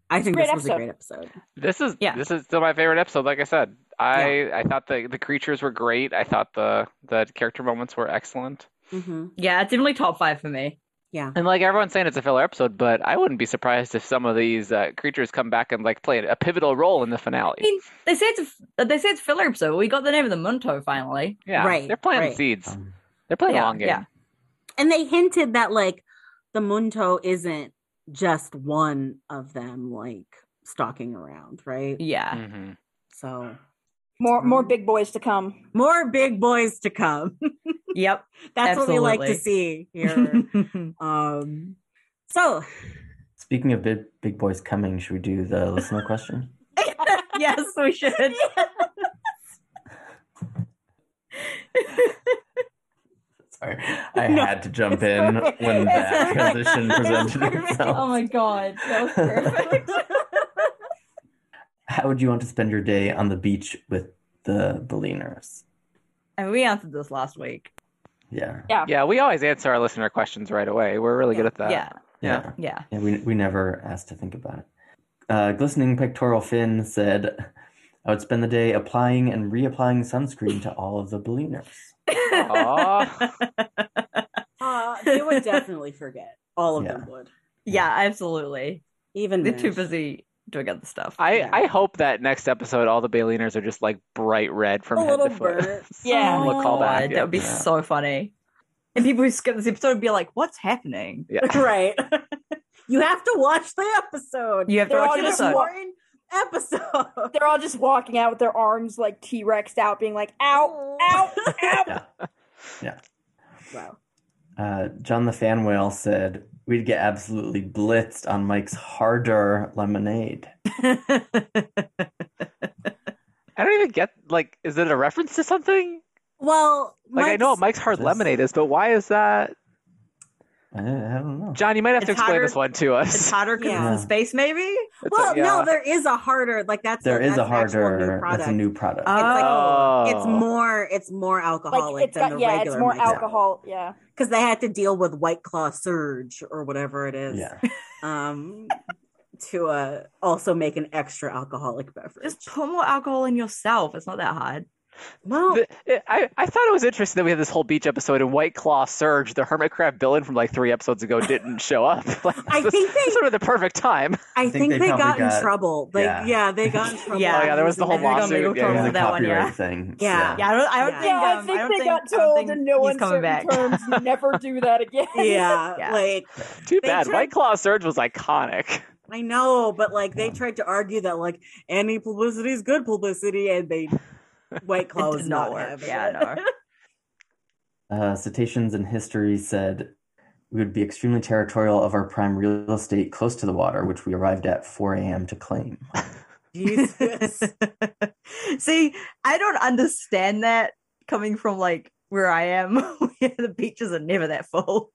Speaker 1: i think
Speaker 6: Great
Speaker 1: this was a
Speaker 6: episode.
Speaker 1: great episode
Speaker 2: This is
Speaker 3: Yeah.
Speaker 2: this is still my favorite episode. Like I said, I I thought the the creatures were great. I thought the the character moments were excellent.
Speaker 1: hmm
Speaker 3: Yeah, it's definitely top five for me.
Speaker 1: yeah
Speaker 2: And like everyone's saying, it's a filler episode, but I wouldn't be surprised if some of these uh, creatures come back and like play a pivotal role in the
Speaker 3: I
Speaker 2: finale.
Speaker 3: mean, they say it's a, uh, they say it's filler episode. but We got the name of the Munto finally.
Speaker 2: Yeah,
Speaker 1: Right,
Speaker 2: they're planting
Speaker 1: right.
Speaker 2: seeds.
Speaker 5: Um,
Speaker 2: They're playing a
Speaker 3: yeah,
Speaker 2: long game.
Speaker 3: yeah.
Speaker 1: and they hinted that like the munto isn't just one of them like stalking around right
Speaker 3: Yeah.
Speaker 2: Mhm.
Speaker 1: so
Speaker 4: More
Speaker 1: more
Speaker 4: big boys to come.
Speaker 1: more big boys to come
Speaker 3: Yep.
Speaker 1: that's what we like to
Speaker 3: Absolutely.
Speaker 1: see here um so
Speaker 5: speaking of big big boys coming, should we do the listener question?
Speaker 3: yes, we should.
Speaker 5: Sorry, I
Speaker 1: No,
Speaker 5: had to jump
Speaker 1: it's
Speaker 5: in
Speaker 1: perfect.
Speaker 5: when
Speaker 1: It's
Speaker 5: that
Speaker 1: perfect.
Speaker 5: transition
Speaker 1: It's
Speaker 5: presented
Speaker 1: perfect.
Speaker 5: itself.
Speaker 3: oh my god, that was perfect.
Speaker 5: How would you want to spend your day on the beach with the Baliners?
Speaker 3: and we answered this last week.
Speaker 5: Yeah,
Speaker 2: Yeah, we always answer our listener questions right away. We're really good at that.
Speaker 3: Yeah,
Speaker 5: yeah, yeah.
Speaker 3: yeah.
Speaker 5: we we never asked to think about it. Uh, Glistening pectoral fin said, "I would spend the day applying and reapplying sunscreen to all of the Baliners."
Speaker 2: Aw.
Speaker 1: uh, they would definitely forget all of
Speaker 5: Yeah.
Speaker 1: them would
Speaker 3: yeah, absolutely.
Speaker 1: even
Speaker 3: They're too
Speaker 1: Mitch.
Speaker 3: busy doing other stuff.
Speaker 2: I,
Speaker 1: Yeah.
Speaker 2: I hope that next episode all the Baliners are just like bright red from
Speaker 1: A
Speaker 2: head
Speaker 1: little
Speaker 2: to foot.
Speaker 1: burnt.
Speaker 3: yeah,
Speaker 2: Little
Speaker 1: Oh,
Speaker 2: callback,
Speaker 3: God,
Speaker 2: yeah.
Speaker 3: that would be
Speaker 5: Yeah.
Speaker 3: so funny. And people who skip this episode would be like, "What's happening?"
Speaker 2: Yeah.
Speaker 1: right you have to watch the episode
Speaker 3: You have to
Speaker 1: They're
Speaker 3: watch
Speaker 1: all
Speaker 3: the
Speaker 1: just
Speaker 3: episode.
Speaker 1: important episode
Speaker 6: they're all just walking out with their arms like T Rex out, being like, "Ow, ow, ow!"
Speaker 1: wow
Speaker 5: Uh, John the fan whale said, "We'd get absolutely blitzed on Mike's harder lemonade."
Speaker 2: I don't even get like is it a reference to something?
Speaker 1: well
Speaker 2: Like I know what
Speaker 1: Mike's-
Speaker 2: Mike's hard
Speaker 5: Just-
Speaker 2: lemonade is, but why is that?
Speaker 5: I, I don't know.
Speaker 2: John, you might have to
Speaker 3: It's
Speaker 2: explain
Speaker 3: hotter-
Speaker 2: this one to
Speaker 3: it's
Speaker 2: us.
Speaker 3: hotter because it's
Speaker 1: Yeah.
Speaker 3: in space, maybe.
Speaker 2: It's a-
Speaker 1: well
Speaker 2: yeah.
Speaker 1: no there is a harder like that's
Speaker 5: There is
Speaker 1: that's
Speaker 5: a
Speaker 1: an actual
Speaker 5: harder. That's a new product.
Speaker 3: Uh,
Speaker 1: It's like
Speaker 2: oh.
Speaker 1: it's more it's more alcoholic
Speaker 6: Like it's
Speaker 1: than
Speaker 6: got
Speaker 1: the
Speaker 6: yeah,
Speaker 1: regular
Speaker 6: it's more
Speaker 1: Mike's
Speaker 6: alcohol. Yeah,
Speaker 1: because they had to deal with White Claw Surge or whatever it is.
Speaker 5: yeah,
Speaker 1: Um, to uh, also make an extra alcoholic beverage.
Speaker 3: Just put more alcohol in yourself. It's not that hard.
Speaker 1: well,
Speaker 2: The- it- I, I thought it was interesting that we had this whole beach episode and White Claw Surge, the hermit crab villain from like three episodes ago, didn't show up. Like,
Speaker 1: I
Speaker 2: this-
Speaker 1: think they-
Speaker 2: this would have been the perfect time.
Speaker 1: I
Speaker 5: think
Speaker 1: think,
Speaker 5: they
Speaker 1: they,
Speaker 5: probably
Speaker 1: got, in
Speaker 5: got-
Speaker 1: trouble. Like, yeah,
Speaker 5: yeah.
Speaker 1: they got in trouble.
Speaker 3: Yeah. Oh,
Speaker 2: yeah, there was the whole
Speaker 1: using that.
Speaker 3: got legal
Speaker 2: lawsuit. Yeah,
Speaker 3: trouble
Speaker 5: It was
Speaker 2: yeah.
Speaker 5: a
Speaker 3: for that one, yeah.
Speaker 5: copyright thing.
Speaker 1: Yeah.
Speaker 3: Yeah, I don't. I don't
Speaker 1: Yeah.
Speaker 3: think.
Speaker 1: Yeah,
Speaker 3: Um,
Speaker 6: yeah. I think
Speaker 3: don't
Speaker 6: they
Speaker 3: think,
Speaker 6: got
Speaker 3: I don't
Speaker 6: told
Speaker 3: think
Speaker 6: in no
Speaker 3: he's coming
Speaker 6: uncertain
Speaker 3: back.
Speaker 6: terms, never do that again.
Speaker 1: Yeah,
Speaker 3: Yeah.
Speaker 1: like
Speaker 2: Too
Speaker 1: They
Speaker 2: bad.
Speaker 1: tried-
Speaker 2: White Claw Surge was iconic.
Speaker 1: I know, but like they
Speaker 5: Yeah.
Speaker 1: tried to argue that like any publicity is good publicity, and they White Claw
Speaker 3: It
Speaker 1: was
Speaker 3: did not
Speaker 1: not,
Speaker 3: work.
Speaker 1: having
Speaker 3: Yeah,
Speaker 1: it.
Speaker 3: no.
Speaker 5: Uh, cetaceans in history said we would be extremely territorial of our prime real estate close to the water, which we arrived at 4 a.m. to claim.
Speaker 1: Jesus.
Speaker 3: See, I don't understand that coming from like where I am, the beaches are never that full.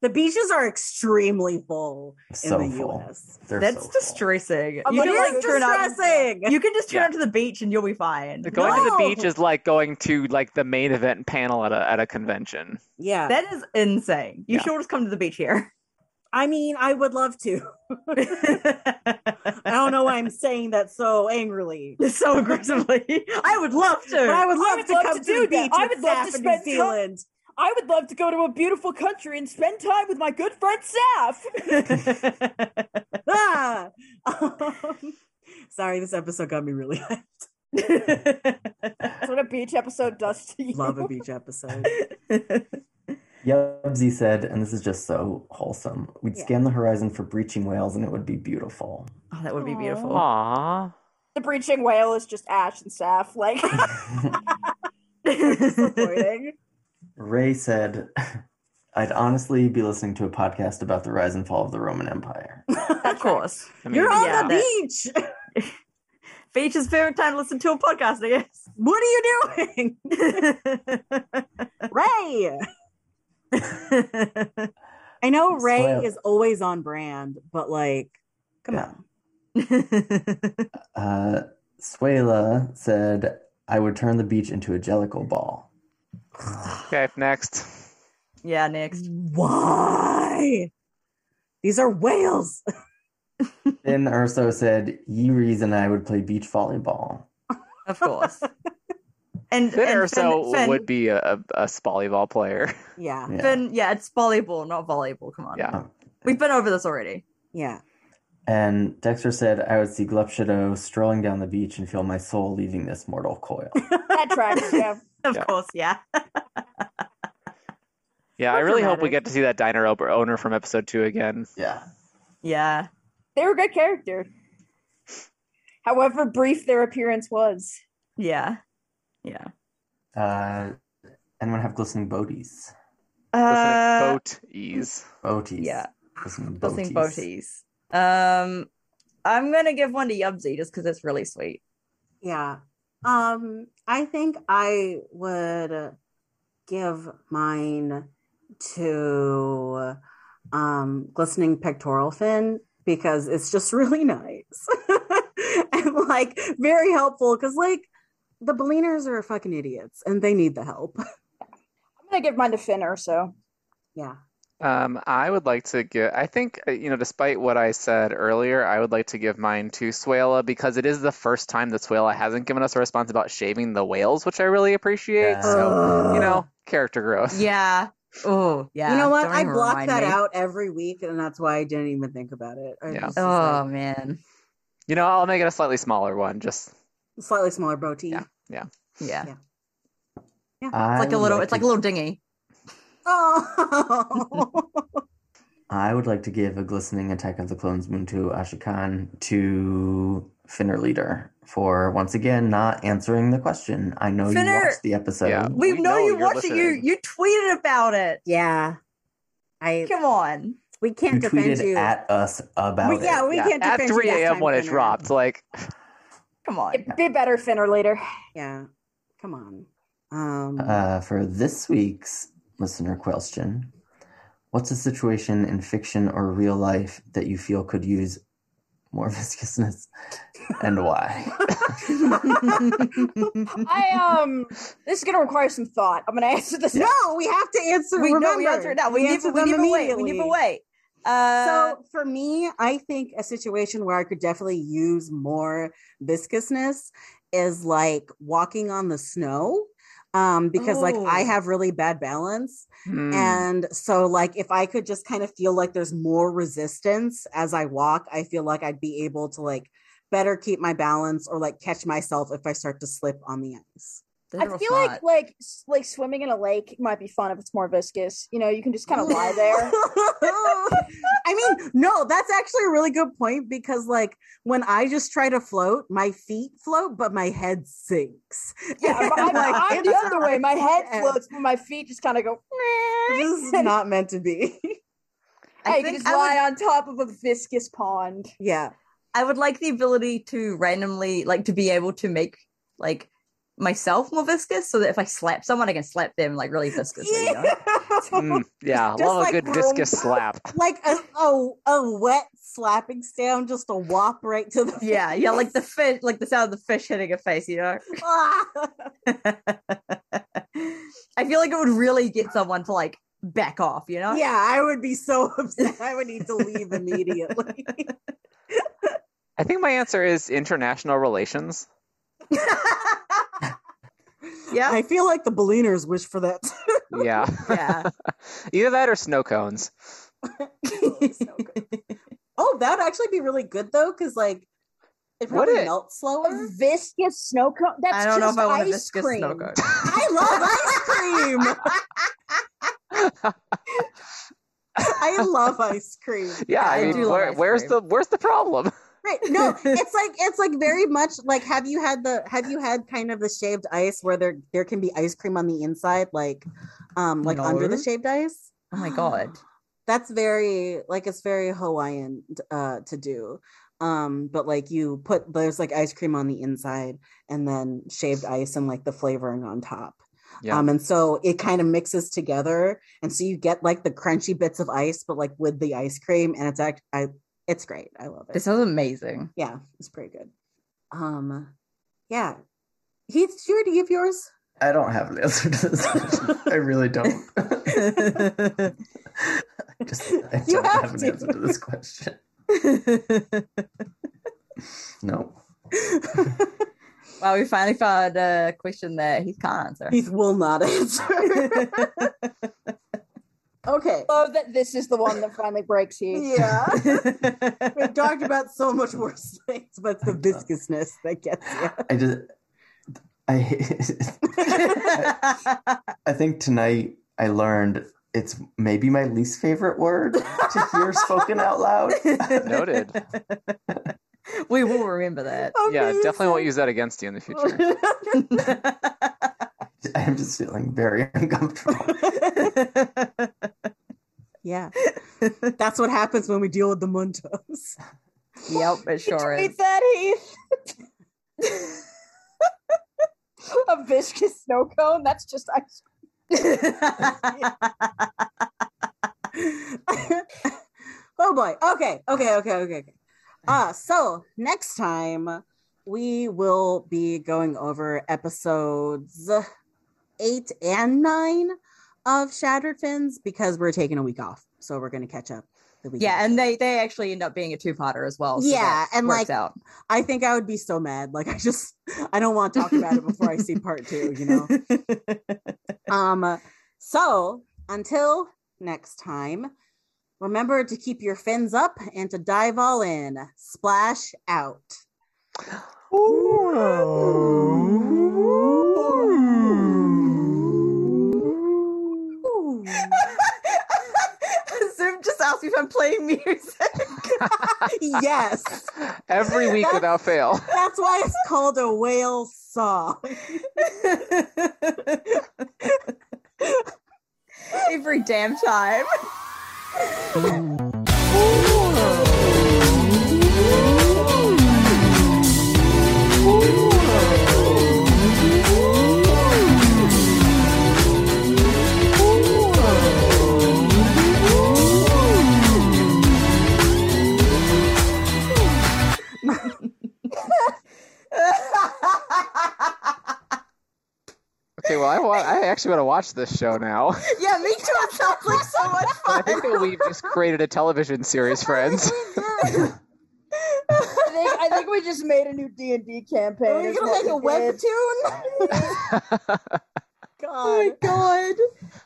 Speaker 1: The beaches are extremely full
Speaker 5: So
Speaker 1: in the
Speaker 5: full.
Speaker 1: US.
Speaker 5: They're
Speaker 3: That's
Speaker 5: so full.
Speaker 3: distressing.
Speaker 1: Oh, But
Speaker 3: You
Speaker 1: it
Speaker 3: can,
Speaker 1: is
Speaker 3: like, turn out-
Speaker 1: distressing.
Speaker 3: you can just turn
Speaker 2: Yeah.
Speaker 3: out to the beach and you'll be fine.
Speaker 2: Going to
Speaker 1: No.
Speaker 2: the beach is like going to like the main event panel at a at a convention.
Speaker 1: Yeah.
Speaker 3: That is insane. You
Speaker 2: Yeah.
Speaker 3: should just come to the beach here.
Speaker 1: I mean, I would love to. I
Speaker 3: I
Speaker 1: don't know why I'm saying that so angrily.
Speaker 3: so aggressively. I would love to.
Speaker 1: But I would love
Speaker 4: would
Speaker 1: to
Speaker 4: love
Speaker 1: come
Speaker 4: to
Speaker 1: to,
Speaker 4: do
Speaker 1: the
Speaker 4: that.
Speaker 1: beach
Speaker 4: I
Speaker 1: with
Speaker 4: would love to
Speaker 1: Saf in
Speaker 4: spend
Speaker 1: New
Speaker 4: time-
Speaker 1: Zealand.
Speaker 4: I would love to go to a beautiful country and spend time with my good friend Saf.
Speaker 1: ah! Um, sorry, this episode got me really hyped.
Speaker 4: That's what a beach episode does to you.
Speaker 1: Love a beach episode.
Speaker 5: Yubsy said, and this is just so wholesome. We'd
Speaker 4: Yeah.
Speaker 5: scan the horizon for breaching whales, and it would be beautiful.
Speaker 3: oh, that would be
Speaker 4: Aw.
Speaker 3: beautiful.
Speaker 2: Aww.
Speaker 4: The breaching whale is just Ash and Saf. Like, disappointing.
Speaker 5: Ray said, "I'd honestly be listening to a podcast about the rise and fall of the Roman Empire."
Speaker 3: of course.
Speaker 2: I mean,
Speaker 1: You're on
Speaker 3: yeah,
Speaker 1: the
Speaker 3: that-
Speaker 1: beach.
Speaker 3: Beach is favorite time to listen to a podcast, I guess.
Speaker 1: What are you doing? Ray. I know Ray
Speaker 5: Slap.
Speaker 1: is always on brand, but like, come
Speaker 5: Yeah.
Speaker 1: on.
Speaker 5: Uh, Suela said, "I would turn the beach into a jellicle ball."
Speaker 2: Okay, next.
Speaker 3: yeah, next.
Speaker 1: Why? These are whales.
Speaker 5: Then Urso said, "Yuri's and I would play beach volleyball."
Speaker 3: Of course. And,
Speaker 2: Finn
Speaker 3: and
Speaker 2: Urso
Speaker 3: Finn- Finn-
Speaker 2: would be a, a, a volleyball player.
Speaker 1: Yeah.
Speaker 5: Yeah.
Speaker 3: Finn- yeah, it's volleyball, not volleyball. Come on.
Speaker 2: Yeah.
Speaker 3: We've been over this already.
Speaker 1: Yeah.
Speaker 5: And Dexter said, "I would see Glepshadow strolling down the beach and feel my soul leaving this mortal coil."
Speaker 4: that tracks, yeah.
Speaker 3: Of
Speaker 2: Yeah.
Speaker 3: course, yeah.
Speaker 2: Yeah, I
Speaker 3: How
Speaker 2: really hope we
Speaker 3: dramatic.
Speaker 2: get to see that diner op- owner from episode two again.
Speaker 5: yeah.
Speaker 3: Yeah.
Speaker 4: They were a good character. However brief their appearance was.
Speaker 3: Yeah. Yeah.
Speaker 5: Uh, anyone have glistening boaties?
Speaker 3: Uh,
Speaker 2: boat ease.
Speaker 5: Boaties.
Speaker 3: Yeah.
Speaker 5: Glistening
Speaker 3: Listening
Speaker 5: boaties.
Speaker 3: boaties. Um, I'm gonna give one to Yubsy just because it's really sweet.
Speaker 1: Yeah. Um, I think I would give mine to um glistening pectoral fin because it's just really nice and like very helpful because like the Baliners are fucking idiots and they need the help.
Speaker 4: I'm gonna give mine to Finn Urso.
Speaker 1: Yeah.
Speaker 2: Um, I would like to give, I think, uh, you know, despite what I said earlier, I would like to give mine to Suela because it is the first time that Suela hasn't given us a response about shaving the whales, which I really appreciate.
Speaker 5: Yeah.
Speaker 2: So,
Speaker 1: Ugh.
Speaker 2: you know, Uh, character growth.
Speaker 3: Yeah. Oh, yeah.
Speaker 1: you know what?
Speaker 3: Don't
Speaker 1: I
Speaker 3: even
Speaker 1: block
Speaker 3: remind
Speaker 1: that
Speaker 3: me.
Speaker 1: out every week, and that's why I didn't even think about it. I was
Speaker 2: Yeah.
Speaker 1: just
Speaker 3: Oh
Speaker 1: like,
Speaker 3: man.
Speaker 2: You know, I'll make it a slightly smaller one. Just,
Speaker 1: slightly smaller boaty.
Speaker 3: Yeah.
Speaker 1: Yeah.
Speaker 5: I
Speaker 3: It's like a
Speaker 5: would
Speaker 3: little.
Speaker 5: like
Speaker 3: It's like a
Speaker 5: to-
Speaker 3: little dingy.
Speaker 1: Oh,
Speaker 5: I would like to give a glistening Attack of the Clones moon to Ashikan to Finner Leader for once again not answering the question. I know
Speaker 3: Finner-
Speaker 5: you watched the episode.
Speaker 2: Yeah.
Speaker 3: We,
Speaker 2: We
Speaker 3: know,
Speaker 2: know
Speaker 3: you
Speaker 2: you're
Speaker 3: watched it. You
Speaker 2: listening.
Speaker 3: you tweeted about it.
Speaker 1: yeah. I
Speaker 3: Come on.
Speaker 1: we
Speaker 5: You
Speaker 1: can't defend
Speaker 5: tweeted
Speaker 1: you.
Speaker 5: at us about
Speaker 1: We- yeah,
Speaker 5: it.
Speaker 1: we
Speaker 2: yeah,
Speaker 1: can't
Speaker 2: at
Speaker 1: defend
Speaker 2: 3
Speaker 1: you next
Speaker 2: a.m.
Speaker 1: time,
Speaker 2: when it
Speaker 1: Fenrir.
Speaker 2: dropped. Like,
Speaker 3: Come on.
Speaker 4: It'd be better Finn or later.
Speaker 1: Yeah, come on. Um,
Speaker 5: Uh, for this week's listener question, what's a situation in fiction or real life that you feel could use more viscousness, and why?
Speaker 4: I um this is gonna require some thought. I'm gonna answer this.
Speaker 1: no, we have to answer.
Speaker 3: we
Speaker 1: remember,
Speaker 3: know we answered it now. We,
Speaker 1: we
Speaker 3: never,
Speaker 1: answered
Speaker 3: we
Speaker 1: them
Speaker 3: never wait. We
Speaker 1: immediately.
Speaker 3: never wait. Uh,
Speaker 1: so for me, I think a situation where I could definitely use more viscousness is like walking on the snow. Um, because like I
Speaker 3: Ooh.
Speaker 1: have really bad balance.
Speaker 2: hmm,
Speaker 1: And so like if I could just kind of feel like there's more resistance as I walk, I feel like I'd be able to like better keep my balance or like catch myself if I start to slip on the ice.
Speaker 4: I feel like like s- like swimming in a lake might be fun if it's more viscous. You know, you can just kind of lie there.
Speaker 1: I mean, no, that's actually a really good point because, like, when I just try to float, my feet float, but my head sinks.
Speaker 4: Yeah, I'm, I'm-
Speaker 1: Like,
Speaker 4: I'm
Speaker 1: it's
Speaker 4: the other way. My head
Speaker 1: Yeah.
Speaker 4: floats, but my feet just kind of go.
Speaker 1: This is not meant to be.
Speaker 4: hey,
Speaker 3: I
Speaker 4: you can
Speaker 3: think
Speaker 4: just
Speaker 3: I would
Speaker 4: lie on top of a viscous pond.
Speaker 1: yeah.
Speaker 3: I would like the ability to randomly like to be able to make like myself more viscous so that if I slap someone, I can slap them like really viscously. you know?
Speaker 2: Mm, yeah,
Speaker 1: Just
Speaker 2: love
Speaker 1: like
Speaker 2: a good
Speaker 1: Rome.
Speaker 2: viscous slap.
Speaker 1: like a, a a wet slapping sound, just a whop right to the
Speaker 3: Yeah, yeah, like the fish, like the sound of the fish hitting a face, you know. I feel like it would really get someone to like back off, you know?
Speaker 1: yeah, I would be so upset. I would need to leave immediately.
Speaker 2: I think my answer is international relations.
Speaker 3: Yeah.
Speaker 1: I feel like the Berliners wish for that.
Speaker 2: Yeah.
Speaker 3: Yeah.
Speaker 2: Either that or snow cones.
Speaker 1: oh, that would actually be really good though, because like it
Speaker 2: Would
Speaker 1: probably
Speaker 2: it?
Speaker 1: melts slower.
Speaker 4: A viscous snow cone. That's
Speaker 3: I don't know
Speaker 4: just
Speaker 3: if I want a
Speaker 4: ice
Speaker 3: viscous
Speaker 4: cream.
Speaker 3: snow cone.
Speaker 1: I love ice cream. I love ice cream.
Speaker 2: Yeah,
Speaker 3: I
Speaker 2: I
Speaker 3: do
Speaker 2: mean,
Speaker 3: love
Speaker 2: where,
Speaker 3: ice
Speaker 2: where's
Speaker 3: cream.
Speaker 2: the where's the problem?
Speaker 1: Right. No, it's like it's like very much like have you had the have you had kind of the shaved ice where there there can be ice cream on the inside like um like under the
Speaker 3: No.
Speaker 1: shaved ice?
Speaker 3: Oh my god.
Speaker 1: That's very like it's very Hawaiian uh to do. Um but like you put there's like ice cream on the inside and then shaved ice and like the flavoring on top.
Speaker 2: Yeah.
Speaker 1: Um and so it kind of mixes together and so you get like the crunchy bits of ice but like with the ice cream and it's act I it's great. I love it
Speaker 3: This sounds amazing.
Speaker 1: yeah, it's pretty good. Um, yeah, Heath, did you already give yours?
Speaker 5: I don't have an answer to this. question. I really don't. I just I
Speaker 1: You
Speaker 5: don't have,
Speaker 1: have
Speaker 5: an
Speaker 1: to.
Speaker 5: answer to this question. No.
Speaker 3: Well, we finally found a question that he can't answer.
Speaker 1: Heath will not answer. okay.
Speaker 4: Love that this is the one that finally breaks you.
Speaker 1: Yeah, we've talked about so much worse things, but it's the viscousness that gets
Speaker 5: I just I I think tonight I learned it's maybe my least favorite word to hear spoken out loud.
Speaker 2: Noted.
Speaker 3: we will remember that.
Speaker 1: you.
Speaker 2: Yeah, definitely won't use that against you in the future.
Speaker 5: I'm just feeling very uncomfortable.
Speaker 1: yeah, that's what happens when we deal with the Muntos.
Speaker 3: yep, it sure
Speaker 4: Tweet
Speaker 3: is.
Speaker 4: that, Heath. a viscous snow cone. That's just ice.
Speaker 1: oh boy. Okay. Okay. Okay. Okay. Okay. Uh, so next time we will be going over episodes eight and nine of Shattered Fins because we're taking a week off. So we're going to catch up the week.
Speaker 3: Yeah,
Speaker 1: after.
Speaker 3: and they they actually end up being a two parter as well. so
Speaker 1: Yeah,
Speaker 3: that
Speaker 1: and,
Speaker 3: works
Speaker 1: like,
Speaker 3: out.
Speaker 1: I think I would be so mad. Like, I just, I don't want to talk about it before I see part two, you know? Um, so until next time, remember to keep your fins up and to dive all in. Splash out.
Speaker 3: Zoom just asked me if I'm playing music.
Speaker 1: yes,
Speaker 2: Every week
Speaker 1: That's-
Speaker 2: without fail.
Speaker 1: that's why it's called a whale song.
Speaker 3: Every damn time.
Speaker 2: Okay, well, I want. I actually want to watch this show now.
Speaker 3: yeah, me too. It sounds like so much
Speaker 2: I
Speaker 3: fun.
Speaker 2: think that we've just created a television series, friends.
Speaker 4: I think, I think we just made a new D and D campaign.
Speaker 1: Are we
Speaker 4: isn't
Speaker 1: gonna
Speaker 4: that
Speaker 1: make a
Speaker 4: what we did?
Speaker 1: webtoon? God.
Speaker 3: god.